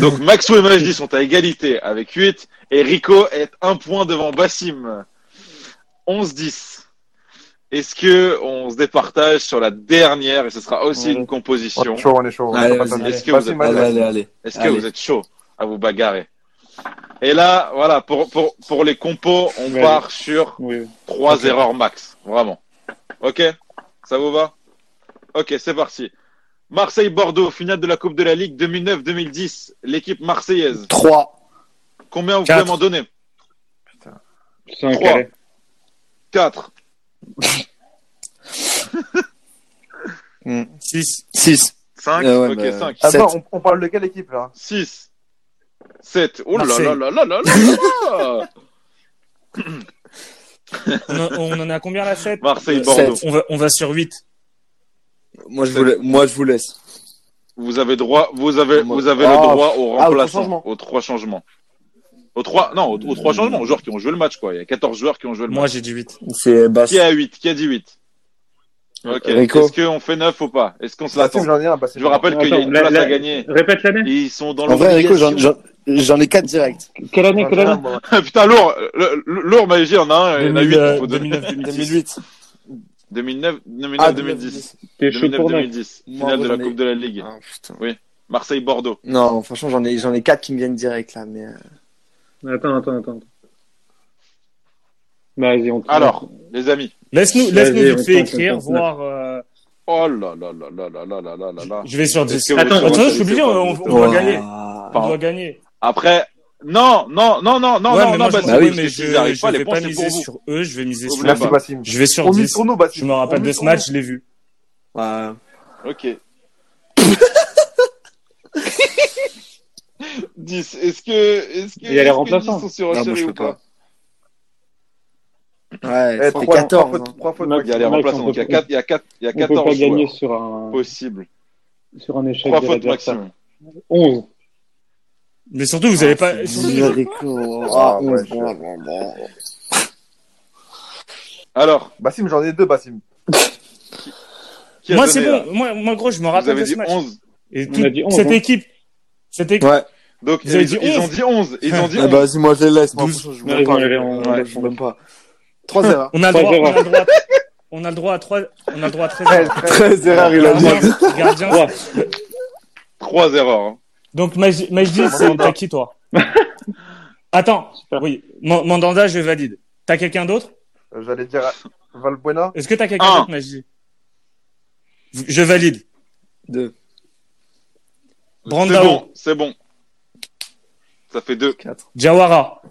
Speaker 1: Donc Maxou et Majdi sont à égalité avec 8 et Rico est un point devant Bassim. 11-10. Est-ce que on se départage sur la dernière et ce sera aussi
Speaker 8: Ouais.
Speaker 1: une
Speaker 3: On est
Speaker 1: composition
Speaker 3: chaud, on est chaud.
Speaker 8: Allez,
Speaker 3: On va
Speaker 8: vas-y.
Speaker 3: pas
Speaker 1: Est-ce que
Speaker 3: faire-
Speaker 1: vous êtes-
Speaker 3: Maxime,
Speaker 8: Allez,
Speaker 3: vas-y.
Speaker 8: allez, allez.
Speaker 1: Est-ce que
Speaker 8: Allez.
Speaker 1: vous êtes chaud à vous bagarrer Et là, voilà, pour, pour, pour les compos, on
Speaker 7: Ouais.
Speaker 1: part sur
Speaker 7: Oui, oui.
Speaker 1: trois erreurs max, vraiment. Ok Ça vous va Ok, c'est parti. Marseille-Bordeaux, finale de la Coupe de la Ligue 2009-2010, l'équipe marseillaise.
Speaker 8: Trois.
Speaker 1: Combien vous
Speaker 2: Quatre.
Speaker 1: pouvez m'en donner
Speaker 7: C'est un
Speaker 1: Trois.
Speaker 7: carré.
Speaker 1: 4,
Speaker 2: 6.
Speaker 6: 6.
Speaker 1: 5,
Speaker 6: Ah ouais,
Speaker 1: ok,
Speaker 6: bah,
Speaker 1: 5,
Speaker 6: Sept.
Speaker 3: Attends, on, on parle de quelle équipe là
Speaker 1: 6, 7. Oh là
Speaker 2: Marseille.
Speaker 1: là là là là là là
Speaker 2: On, en- on en a combien la 7
Speaker 1: Marseille-Bordeaux.
Speaker 2: On va, on va sur 8.
Speaker 6: Moi, je vous la- moi, je vous laisse.
Speaker 1: Vous avez droit, vous avez,
Speaker 6: Moi-
Speaker 1: vous avez
Speaker 6: Ah,
Speaker 1: le droit au
Speaker 6: ah, aux trois
Speaker 1: remplaçant,
Speaker 6: changements.
Speaker 1: aux trois changements. Aux trois, non, aux, aux trois changements, aux joueurs qui ont joué le match, quoi. Il y a 14 joueurs qui ont joué le match.
Speaker 2: Moi, j'ai dit 8.
Speaker 6: C'est Bass.
Speaker 1: Qui a 8? Qui a dit 8? Ok.
Speaker 6: Rico.
Speaker 1: Est-ce qu'on fait 9 ou pas? Est-ce qu'on se l'attend?
Speaker 3: J'en ai un, bah, c'est
Speaker 1: Je vous rappelle qu'il y a
Speaker 7: Attends,
Speaker 1: une
Speaker 7: la-
Speaker 1: place
Speaker 7: la-
Speaker 1: à gagner.
Speaker 7: Répète l'année.
Speaker 1: Ils sont dans
Speaker 6: En vrai, Rico, j'en-
Speaker 1: l'obligation.
Speaker 6: j'en j'en ai 4 directs.
Speaker 7: Quelle année,
Speaker 3: J'en
Speaker 7: quelle
Speaker 3: ai un,
Speaker 7: année
Speaker 3: moi.
Speaker 1: Putain, lourd, le- le- lourd, mais j'ai en a un, il y en a 8,
Speaker 2: 2000, euh,
Speaker 1: faut donner.
Speaker 2: 2009-2010.
Speaker 6: 2008.
Speaker 1: 2009, 2009,
Speaker 6: Ah,
Speaker 1: 2010.
Speaker 7: T'es chaud pour neuf.
Speaker 1: 2009-2010,
Speaker 6: Moi,
Speaker 1: finale de la
Speaker 6: j'en ai-
Speaker 1: Coupe de la Ligue.
Speaker 6: Ah, putain.
Speaker 1: Marseille-Bordeaux.
Speaker 6: Non, franchement, j'en ai, j'en ai 4 qui me viennent direct là. Mais... euh,
Speaker 7: Attends, attends, attends. Bah, vas-y, on te-
Speaker 1: Alors, les amis.
Speaker 2: Laisse-nous
Speaker 7: Vas-y,
Speaker 2: laisse nous
Speaker 7: on
Speaker 2: vite fait
Speaker 7: tente, on
Speaker 2: écrire,
Speaker 7: tente.
Speaker 2: voir. euh,
Speaker 1: Oh là là là là là là là là là là.
Speaker 2: je vais sur 10.
Speaker 1: Est-ce que
Speaker 7: Attends,
Speaker 1: vous-
Speaker 7: attends,
Speaker 1: vous-
Speaker 2: je suis obligé,
Speaker 1: vous-
Speaker 2: on-
Speaker 1: vous-
Speaker 2: on doit
Speaker 6: ouah.
Speaker 2: gagner. On
Speaker 1: Pardon.
Speaker 2: doit gagner.
Speaker 1: Après, non, non, non, non, non,
Speaker 2: Ouais,
Speaker 1: non,
Speaker 2: mais
Speaker 1: non,
Speaker 2: moi, je-
Speaker 1: bah,
Speaker 2: ouais,
Speaker 1: c'est oui,
Speaker 2: mais
Speaker 1: parce
Speaker 2: je,
Speaker 1: que s'ils arrivent
Speaker 2: je
Speaker 1: pas, les
Speaker 2: vais
Speaker 1: points,
Speaker 2: pas
Speaker 1: c'est pour
Speaker 2: miser
Speaker 1: vous.
Speaker 2: sur eux, je vais miser
Speaker 1: Vous
Speaker 2: sur
Speaker 1: voulez
Speaker 3: Merci
Speaker 1: pas.
Speaker 2: eux.
Speaker 3: Bassim.
Speaker 2: Je vais sur
Speaker 3: On mise
Speaker 2: 10.
Speaker 3: sur nous, Bassim.
Speaker 2: Je me rappelle
Speaker 3: On
Speaker 2: de
Speaker 3: mise
Speaker 2: ce
Speaker 3: sur
Speaker 2: match, je l'ai vu.
Speaker 6: Ouais.
Speaker 7: [laughs]
Speaker 1: Ok. 10. Est-ce que, est-ce que,
Speaker 7: Il y a
Speaker 1: est-ce que
Speaker 7: les remplaçants.
Speaker 1: 10 sont sur
Speaker 6: Non, moi,
Speaker 1: Chéri
Speaker 6: je
Speaker 1: ou
Speaker 6: peux
Speaker 1: pas?
Speaker 6: pas. Ouais,
Speaker 3: Eh,
Speaker 6: ça fait 14. hein.
Speaker 3: 3 fois
Speaker 1: Il y a les
Speaker 7: Max,
Speaker 1: remplaçants,
Speaker 7: on
Speaker 1: donc il y a
Speaker 7: peut-
Speaker 1: 4, il y a 4, il y a
Speaker 7: On peut
Speaker 1: 14
Speaker 7: pas gagner
Speaker 1: joueurs
Speaker 7: sur un,
Speaker 1: possibles.
Speaker 7: sur un échec.
Speaker 1: 3
Speaker 7: de
Speaker 1: fautes
Speaker 7: l'adversaire.
Speaker 1: maximum.
Speaker 7: 11.
Speaker 2: Mais surtout, vous avez pas.
Speaker 6: Dis, Rico.
Speaker 3: Ah,
Speaker 6: Ah,
Speaker 3: ouais,
Speaker 6: onze. Ouais,
Speaker 1: Alors,
Speaker 3: Bassim, j'en ai deux, [laughs] Bassim.
Speaker 1: qui a
Speaker 2: Moi,
Speaker 1: donné,
Speaker 2: c'est
Speaker 1: là
Speaker 2: bon. Moi, moi, gros, je me
Speaker 1: Vous
Speaker 2: rappelle de
Speaker 1: avez
Speaker 2: ce
Speaker 1: dit
Speaker 2: match.
Speaker 1: 11.
Speaker 2: Et
Speaker 7: On
Speaker 2: toute
Speaker 7: a dit 11,
Speaker 2: cette
Speaker 7: hein.
Speaker 2: équipe, cette équipe,
Speaker 1: Donc,
Speaker 2: Vous avez
Speaker 1: ils,
Speaker 2: dit
Speaker 1: ils ont
Speaker 2: 11.
Speaker 1: dit 11. Ils
Speaker 2: [laughs]
Speaker 1: ont dit
Speaker 6: Ah
Speaker 1: 11.
Speaker 6: bah vas-y, moi je les laisse. Moi,
Speaker 2: Douze.
Speaker 6: franchement, je
Speaker 7: Ouais,
Speaker 6: veux pas.
Speaker 7: ils vont les rendre,
Speaker 6: Ouais,
Speaker 7: ouais.
Speaker 6: je veux même pas. [laughs] 3 [laughs] erreurs.
Speaker 2: on a le
Speaker 7: Trois
Speaker 2: droit, on a
Speaker 7: erreurs.
Speaker 2: le droit, on a le droit à 3, on a le droit à 13
Speaker 3: 13,
Speaker 2: erreurs.
Speaker 3: 13.
Speaker 6: 13 erreurs, il a dit.
Speaker 2: Gardien, gardien.
Speaker 7: Trois.
Speaker 1: 3 erreurs. hein.
Speaker 2: Donc, Maj- Majdi, c'est t'as qui, toi? Attends,
Speaker 7: Super.
Speaker 2: oui, Man- Mandanda, je valide. T'as quelqu'un d'autre?
Speaker 3: Euh, J'allais dire Valbuena.
Speaker 2: Est-ce que t'as quelqu'un
Speaker 1: Un.
Speaker 2: d'autre, Majdi? Je valide.
Speaker 6: 2,
Speaker 1: C'est
Speaker 2: Brandao,
Speaker 1: bon, c'est bon. Ça fait 2.
Speaker 6: 4.
Speaker 2: Jawara,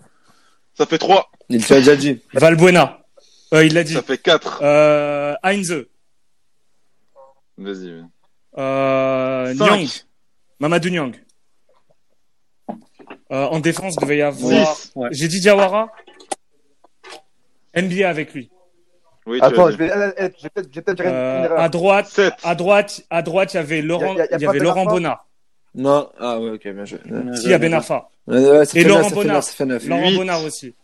Speaker 1: Ça fait 3.
Speaker 6: Il t'a déjà dit.
Speaker 2: Valbuena, euh, il l'a dit,
Speaker 1: Ça fait 4.
Speaker 2: euh, Heinze,
Speaker 1: Vas-y. vas-y.
Speaker 2: euh,
Speaker 1: Cinq.
Speaker 2: Nyang, Mamadou Nyang. Euh, en défense, devait y avoir.
Speaker 1: Six.
Speaker 7: Ouais.
Speaker 2: J'ai dit Jawara. NBA avec lui.
Speaker 1: Oui, tu
Speaker 3: Attends,
Speaker 1: as
Speaker 3: je vais eh, eh, je vais peut-être je vais peut-être dire une
Speaker 2: Euh,
Speaker 3: une
Speaker 2: à
Speaker 3: erreur.
Speaker 2: droite,
Speaker 1: 7.
Speaker 2: à droite, à droite, il y avait Laurent,
Speaker 3: Y a- y a- y a
Speaker 2: il y
Speaker 3: pas
Speaker 2: avait
Speaker 3: Ben
Speaker 2: Laurent
Speaker 3: Arfa
Speaker 2: Bonnard.
Speaker 6: Non, ah ouais, ok, bien joué.
Speaker 2: Si, il y a Ben Arfa.
Speaker 6: Ouais, ouais, ça
Speaker 2: Et
Speaker 6: fait
Speaker 2: Laurent
Speaker 6: neuf, ça fait
Speaker 2: Bonnard.
Speaker 6: neuf, Ça fait 9.
Speaker 2: Laurent
Speaker 1: Huit.
Speaker 2: Bonnard aussi.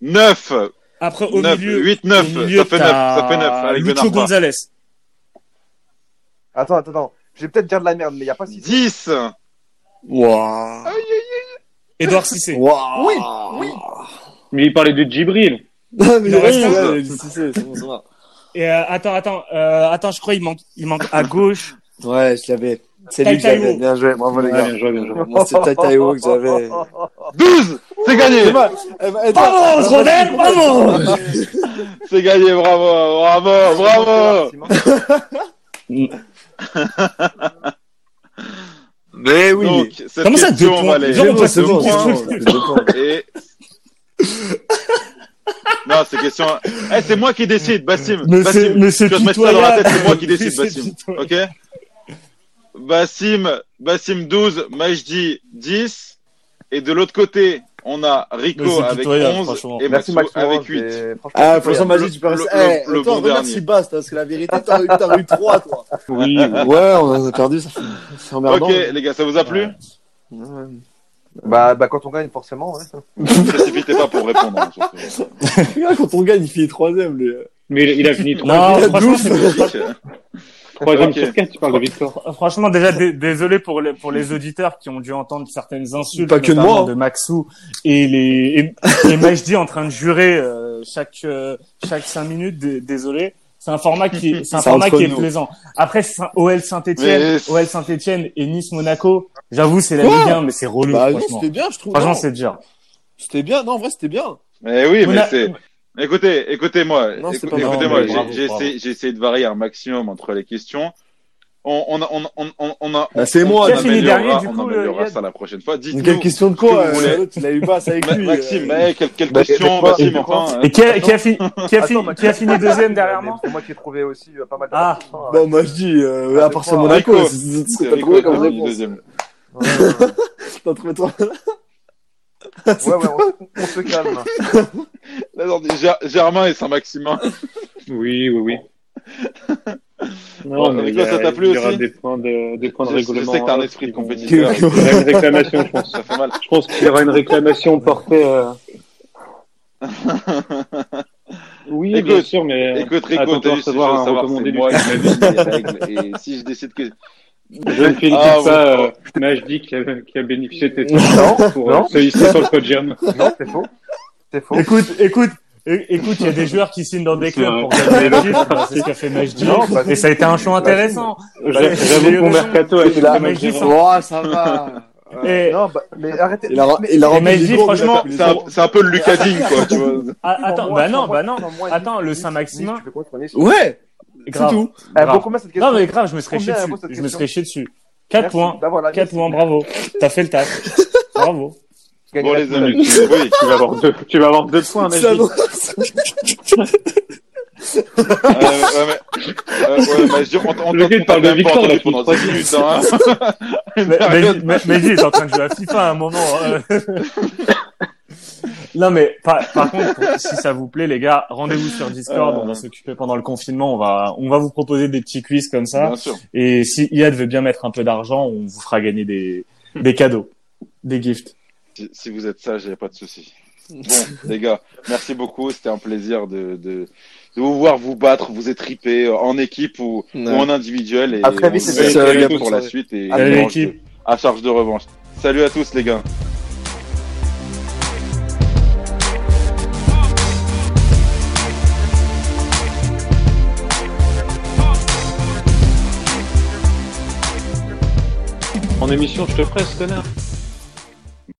Speaker 1: 9.
Speaker 2: Après, au
Speaker 1: 9,
Speaker 2: milieu.
Speaker 1: 8,
Speaker 2: au
Speaker 1: 9.
Speaker 2: milieu,
Speaker 1: ça fait 9.
Speaker 2: t'as
Speaker 1: Ça fait 9 avec Ben
Speaker 2: Lucho
Speaker 1: Arfa.
Speaker 2: Gonzalez.
Speaker 3: Attends, attends, attends. Je vais peut-être dire de la merde, mais il n'y a pas 6.
Speaker 1: 10.
Speaker 6: Waouh.
Speaker 2: Édouard Cissé.
Speaker 6: Waouh. Oui, oui.
Speaker 7: Mais il parlait de Djibril.
Speaker 6: Non, mais
Speaker 2: Il
Speaker 6: il
Speaker 2: en reste
Speaker 6: reste
Speaker 1: un.
Speaker 6: là, si, si, c'est bon, ça va.
Speaker 2: Et, euh, attends, attends, euh, attends, je crois il manque, il manque à gauche.
Speaker 6: Ouais, je l'avais. C'est lui que
Speaker 2: Taïtaïwo.
Speaker 6: j'avais. Bien joué, bravo les
Speaker 7: Ouais,
Speaker 6: gars.
Speaker 7: bien joué,
Speaker 1: [laughs]
Speaker 7: bien joué.
Speaker 6: Moi, [laughs] c'est
Speaker 3: [laughs]
Speaker 6: Tataïo
Speaker 3: Oh,
Speaker 6: que j'avais.
Speaker 1: 12. C'est gagné.
Speaker 6: Eh ben, Edouard,
Speaker 2: Vamos, Robert, vamos!
Speaker 1: C'est gagné. Bravo.
Speaker 3: oh,
Speaker 1: Bravo. Bravo.
Speaker 6: Mais oui.
Speaker 1: Donc, cette
Speaker 2: Comment ça,
Speaker 1: question,
Speaker 2: deux
Speaker 1: on
Speaker 2: points
Speaker 1: va les-
Speaker 2: Genre, on
Speaker 6: C'est bon,
Speaker 2: passe
Speaker 6: c'est
Speaker 2: de
Speaker 6: bon,
Speaker 2: points.
Speaker 6: c'est bon, c'est bon.
Speaker 1: Et... non, c'est question. Eh, c'est moi qui décide, Bassim.
Speaker 2: Mais c'est,
Speaker 1: Bassim,
Speaker 2: mais c'est
Speaker 1: tu vas te mettre ça dans la
Speaker 2: pitoyable.
Speaker 1: tête, c'est moi qui
Speaker 2: [laughs] Mais
Speaker 1: décide,
Speaker 2: c'est
Speaker 1: Bassim.
Speaker 2: pitoyable.
Speaker 1: Ok Bassim, Bassim 12, Majdi 10. Et de l'autre côté, on a
Speaker 2: Mais
Speaker 1: Rico
Speaker 2: c'est
Speaker 1: avec
Speaker 2: pitoyable,
Speaker 1: 11
Speaker 2: franchement.
Speaker 1: et
Speaker 3: Merci hein,
Speaker 1: Maxou
Speaker 3: Max
Speaker 1: avec 8.
Speaker 6: Ah, franchement,
Speaker 1: Le-
Speaker 6: Magic, tu peux
Speaker 1: le-
Speaker 6: rester.
Speaker 1: le-
Speaker 6: Eh,
Speaker 1: le
Speaker 6: toi,
Speaker 1: bon
Speaker 6: remercie
Speaker 1: dernier.
Speaker 6: Bass, parce que la vérité, t'as eu, t'as eu 3, toi.
Speaker 7: Oui, oui.
Speaker 6: Ouais, on en a perdu, ça fait- c'est emmerdant.
Speaker 1: Ok, les gars, ça vous a plu [laughs]
Speaker 6: Ouais.
Speaker 3: Bah, bah, quand on gagne, forcément. ouais.
Speaker 1: Précipitez pas pour répondre. hein, surtout.
Speaker 6: Regarde, quand on gagne, il finit 3ème, lui.
Speaker 7: Mais il, il a fini 3
Speaker 2: Non,
Speaker 6: La
Speaker 2: franchement,
Speaker 6: douche.
Speaker 1: Ok.
Speaker 7: sur 4, tu parles de victoire.
Speaker 2: fr- franchement, déjà, dé- désolé pour les, pour les auditeurs qui ont dû entendre certaines insultes.
Speaker 6: Pas que de moi,
Speaker 2: notamment
Speaker 6: hein.
Speaker 2: De Maxou et les, et, et Majdi en train de jurer, euh, chaque, euh, chaque cinq minutes. Dé- Désolé. C'est un format qui, est- c'est un
Speaker 6: C'est
Speaker 2: format
Speaker 6: entre
Speaker 2: qui est
Speaker 6: nous.
Speaker 2: plaisant. Après, Saint- OL Saint-Etienne,
Speaker 1: Mais-
Speaker 2: OL Saint-Etienne et Nice Monaco. J'avoue, c'est la
Speaker 6: Quoi
Speaker 2: Ligue 1, mais c'est relou,
Speaker 6: Bah, non,
Speaker 2: franchement.
Speaker 6: c'était bien, je trouve.
Speaker 2: Franchement,
Speaker 6: Non,
Speaker 2: c'est dur.
Speaker 6: C'était bien, non, en vrai, c'était bien.
Speaker 1: Eh oui,
Speaker 2: On
Speaker 1: mais
Speaker 2: a-
Speaker 1: c'est. Écoutez, écoutez-moi,
Speaker 6: Non, c'est
Speaker 1: écou-
Speaker 6: pas mal.
Speaker 1: écoutez-moi,
Speaker 2: Non, mais
Speaker 1: j'ai-
Speaker 2: bravo,
Speaker 1: j'ai
Speaker 2: bravo.
Speaker 1: essayé- j'ai essayé de varier un maximum entre les questions. on, on, a- on, on, on, on a.
Speaker 8: Bah, c'est
Speaker 1: on-
Speaker 8: moi,
Speaker 1: on
Speaker 2: Qui a fini
Speaker 1: améliorera-
Speaker 2: dernier, du
Speaker 1: on
Speaker 2: coup, le
Speaker 1: améliorera
Speaker 2: Yann
Speaker 1: ça la prochaine fois.
Speaker 8: Donc,
Speaker 1: Dites-nous.
Speaker 8: quelle question de quoi
Speaker 1: que vous
Speaker 8: euh,
Speaker 1: voulez.
Speaker 8: l'autre, Il a eu pas ça avec
Speaker 1: Ma-
Speaker 8: lui.
Speaker 1: Maxime,
Speaker 8: euh,
Speaker 1: eh, quelle, quelle
Speaker 3: Bah,
Speaker 1: question,
Speaker 3: c'est quoi,
Speaker 1: Maxime,
Speaker 3: c'est quoi
Speaker 1: enfin. hein.
Speaker 2: Et qui a, qui a fini, qui a fini,
Speaker 3: Attends,
Speaker 2: qui a fini deuxième derrière moi
Speaker 3: C'est moi qui ai trouvé aussi euh, pas mal de
Speaker 2: Ah.
Speaker 3: réponses, hein.
Speaker 8: Bon, moi je dis, euh,
Speaker 3: Ah,
Speaker 8: à
Speaker 3: c'est
Speaker 8: part
Speaker 3: quoi,
Speaker 8: c'est Monaco,
Speaker 1: Rico
Speaker 8: c'est c'est- c'est ce
Speaker 1: C'est
Speaker 8: que t'as
Speaker 1: Rico
Speaker 8: trouvé
Speaker 1: qui a
Speaker 8: comme
Speaker 1: fini
Speaker 8: réponse.
Speaker 1: deuxième.
Speaker 3: Ouais,
Speaker 8: T'as trouvé toi
Speaker 3: ouais, ouais, on- on se [laughs] calme.
Speaker 1: Là, on dit Ger- Germain et Saint-Maximin.
Speaker 7: Oui, oui, oui.
Speaker 1: [laughs] Bon,
Speaker 7: mais
Speaker 1: avec
Speaker 7: il
Speaker 1: toi,
Speaker 7: y a-
Speaker 1: ça t'a plu
Speaker 7: il y aura
Speaker 1: aussi
Speaker 7: des points de, [laughs] des points de
Speaker 1: Je- je sais
Speaker 7: règlement.
Speaker 1: que t'as un
Speaker 7: hein,
Speaker 1: esprit de
Speaker 7: [laughs] qui vont-
Speaker 1: compétiteur.
Speaker 7: Il y aura une réclamation, je pense.
Speaker 1: [laughs] Ça fait mal.
Speaker 7: Je pense qu'il y aura une réclamation portée.
Speaker 1: [laughs]
Speaker 7: euh, Oui,
Speaker 1: Écoute,
Speaker 7: bien sûr, mais. euh,
Speaker 1: Écoute,
Speaker 7: attends,
Speaker 1: Rico,
Speaker 7: on
Speaker 1: t'as
Speaker 7: va
Speaker 1: juste
Speaker 7: recevoir un
Speaker 1: savoir, savoir
Speaker 7: recommandé
Speaker 1: c'est
Speaker 7: du
Speaker 1: moi
Speaker 7: club.
Speaker 1: qui m'avise les règles. Et si je décide que
Speaker 7: [laughs] Je ne félicite
Speaker 1: Ah,
Speaker 7: pas euh, Majdi qui a, qui a bénéficié de tes
Speaker 8: Non,
Speaker 7: pour
Speaker 3: non.
Speaker 7: euh, se hisser sur le podium.
Speaker 3: Non, c'est faux. C'est faux.
Speaker 2: Écoute, écoute, é- écoute, il y
Speaker 3: [laughs]
Speaker 2: a des joueurs qui signent dans des
Speaker 7: C'est
Speaker 2: clubs
Speaker 7: vrai.
Speaker 2: pour gagner le titre. Bah, C'est ce qu'a fait Majdi.
Speaker 3: Non, bah,
Speaker 2: Et ça a été un choix intéressant.
Speaker 7: J'a-
Speaker 2: J'ai eu
Speaker 7: Bah, J'avoue qu'on
Speaker 2: raison.
Speaker 7: Mercato a
Speaker 8: Il a-
Speaker 7: fait Majdi.
Speaker 2: Magnifique.
Speaker 8: Oh, ça va.
Speaker 2: Et
Speaker 3: Non, bah, mais arrêtez.
Speaker 8: Il a,
Speaker 3: Mais-
Speaker 8: il a
Speaker 2: mais
Speaker 8: rempli
Speaker 2: je
Speaker 8: le
Speaker 2: dis,
Speaker 8: discours,
Speaker 2: franchement,
Speaker 8: mais il
Speaker 1: c'est
Speaker 8: a
Speaker 1: un,
Speaker 8: pas appelé
Speaker 1: c'est un peu le Lucadine, quoi, tu
Speaker 7: [laughs]
Speaker 1: vois.
Speaker 2: ah, attends,
Speaker 3: Moi,
Speaker 2: bah non,
Speaker 3: moi,
Speaker 2: bah non.
Speaker 3: moi, moi,
Speaker 2: Attends, le
Speaker 3: Nice,
Speaker 2: Saint-Maximin.
Speaker 3: Nice, tu fais quoi, toi, Nice
Speaker 8: les gens. Ouais, c'est
Speaker 2: Grave.
Speaker 8: tout.
Speaker 3: Eh,
Speaker 2: Grave.
Speaker 3: bon, combien cette question
Speaker 2: Non, mais grave, je me serais chié
Speaker 3: Combien elle
Speaker 2: dessus.
Speaker 3: vaut cette
Speaker 2: Je me
Speaker 3: question
Speaker 2: serais chié dessus. 4
Speaker 3: Merci
Speaker 2: points.
Speaker 3: d'avoir la
Speaker 2: 4
Speaker 3: liste.
Speaker 2: points, bravo. T'as fait le taf.
Speaker 3: [laughs]
Speaker 2: Bravo.
Speaker 1: Bon,
Speaker 3: Gagner
Speaker 1: les
Speaker 3: la finale.
Speaker 1: amis, tu- oui.
Speaker 7: Tu vas avoir deux, tu vas avoir deux points,
Speaker 8: Ça
Speaker 7: Majdi.
Speaker 8: va.
Speaker 1: Euh, ouais, mais, euh, ouais, mais je dis, on, on,
Speaker 7: Le gars, il
Speaker 1: on
Speaker 7: parle de
Speaker 1: t'a même pas
Speaker 7: victoire
Speaker 1: entendu
Speaker 7: depuis
Speaker 1: pendant
Speaker 7: trois
Speaker 1: 10 minutes, hein. Une
Speaker 2: Mais- Mais
Speaker 1: période-
Speaker 2: mais- mais il est en train de jouer à FIFA à un moment. hein. [laughs] non, mais par, par contre, pour- si ça vous plaît, les gars, rendez-vous sur Discord.
Speaker 1: Euh.
Speaker 2: On va s'occuper pendant le confinement. On va, on va vous proposer des petits quiz comme ça.
Speaker 1: Bien sûr.
Speaker 2: Et si Iad veut bien mettre un peu d'argent, on vous fera gagner des, des cadeaux, des gifts.
Speaker 1: Si, si vous êtes sage, il n'y a pas de souci. Bon, les gars, merci beaucoup. C'était un plaisir de, de, de vous voir vous battre, vous étriper euh, en équipe ou,
Speaker 8: Ouais.
Speaker 1: ou en individuel. Et
Speaker 3: À très vite,
Speaker 1: on se
Speaker 3: les
Speaker 1: fait
Speaker 8: gars.
Speaker 1: très
Speaker 8: Salut à
Speaker 1: vite
Speaker 8: tous.
Speaker 1: pour la suite et
Speaker 2: Salut,
Speaker 1: revanche de-
Speaker 2: Euh, l'équipe.
Speaker 1: à charge de revanche. Salut à tous, les gars.
Speaker 7: En émission, je te ferai ce connard.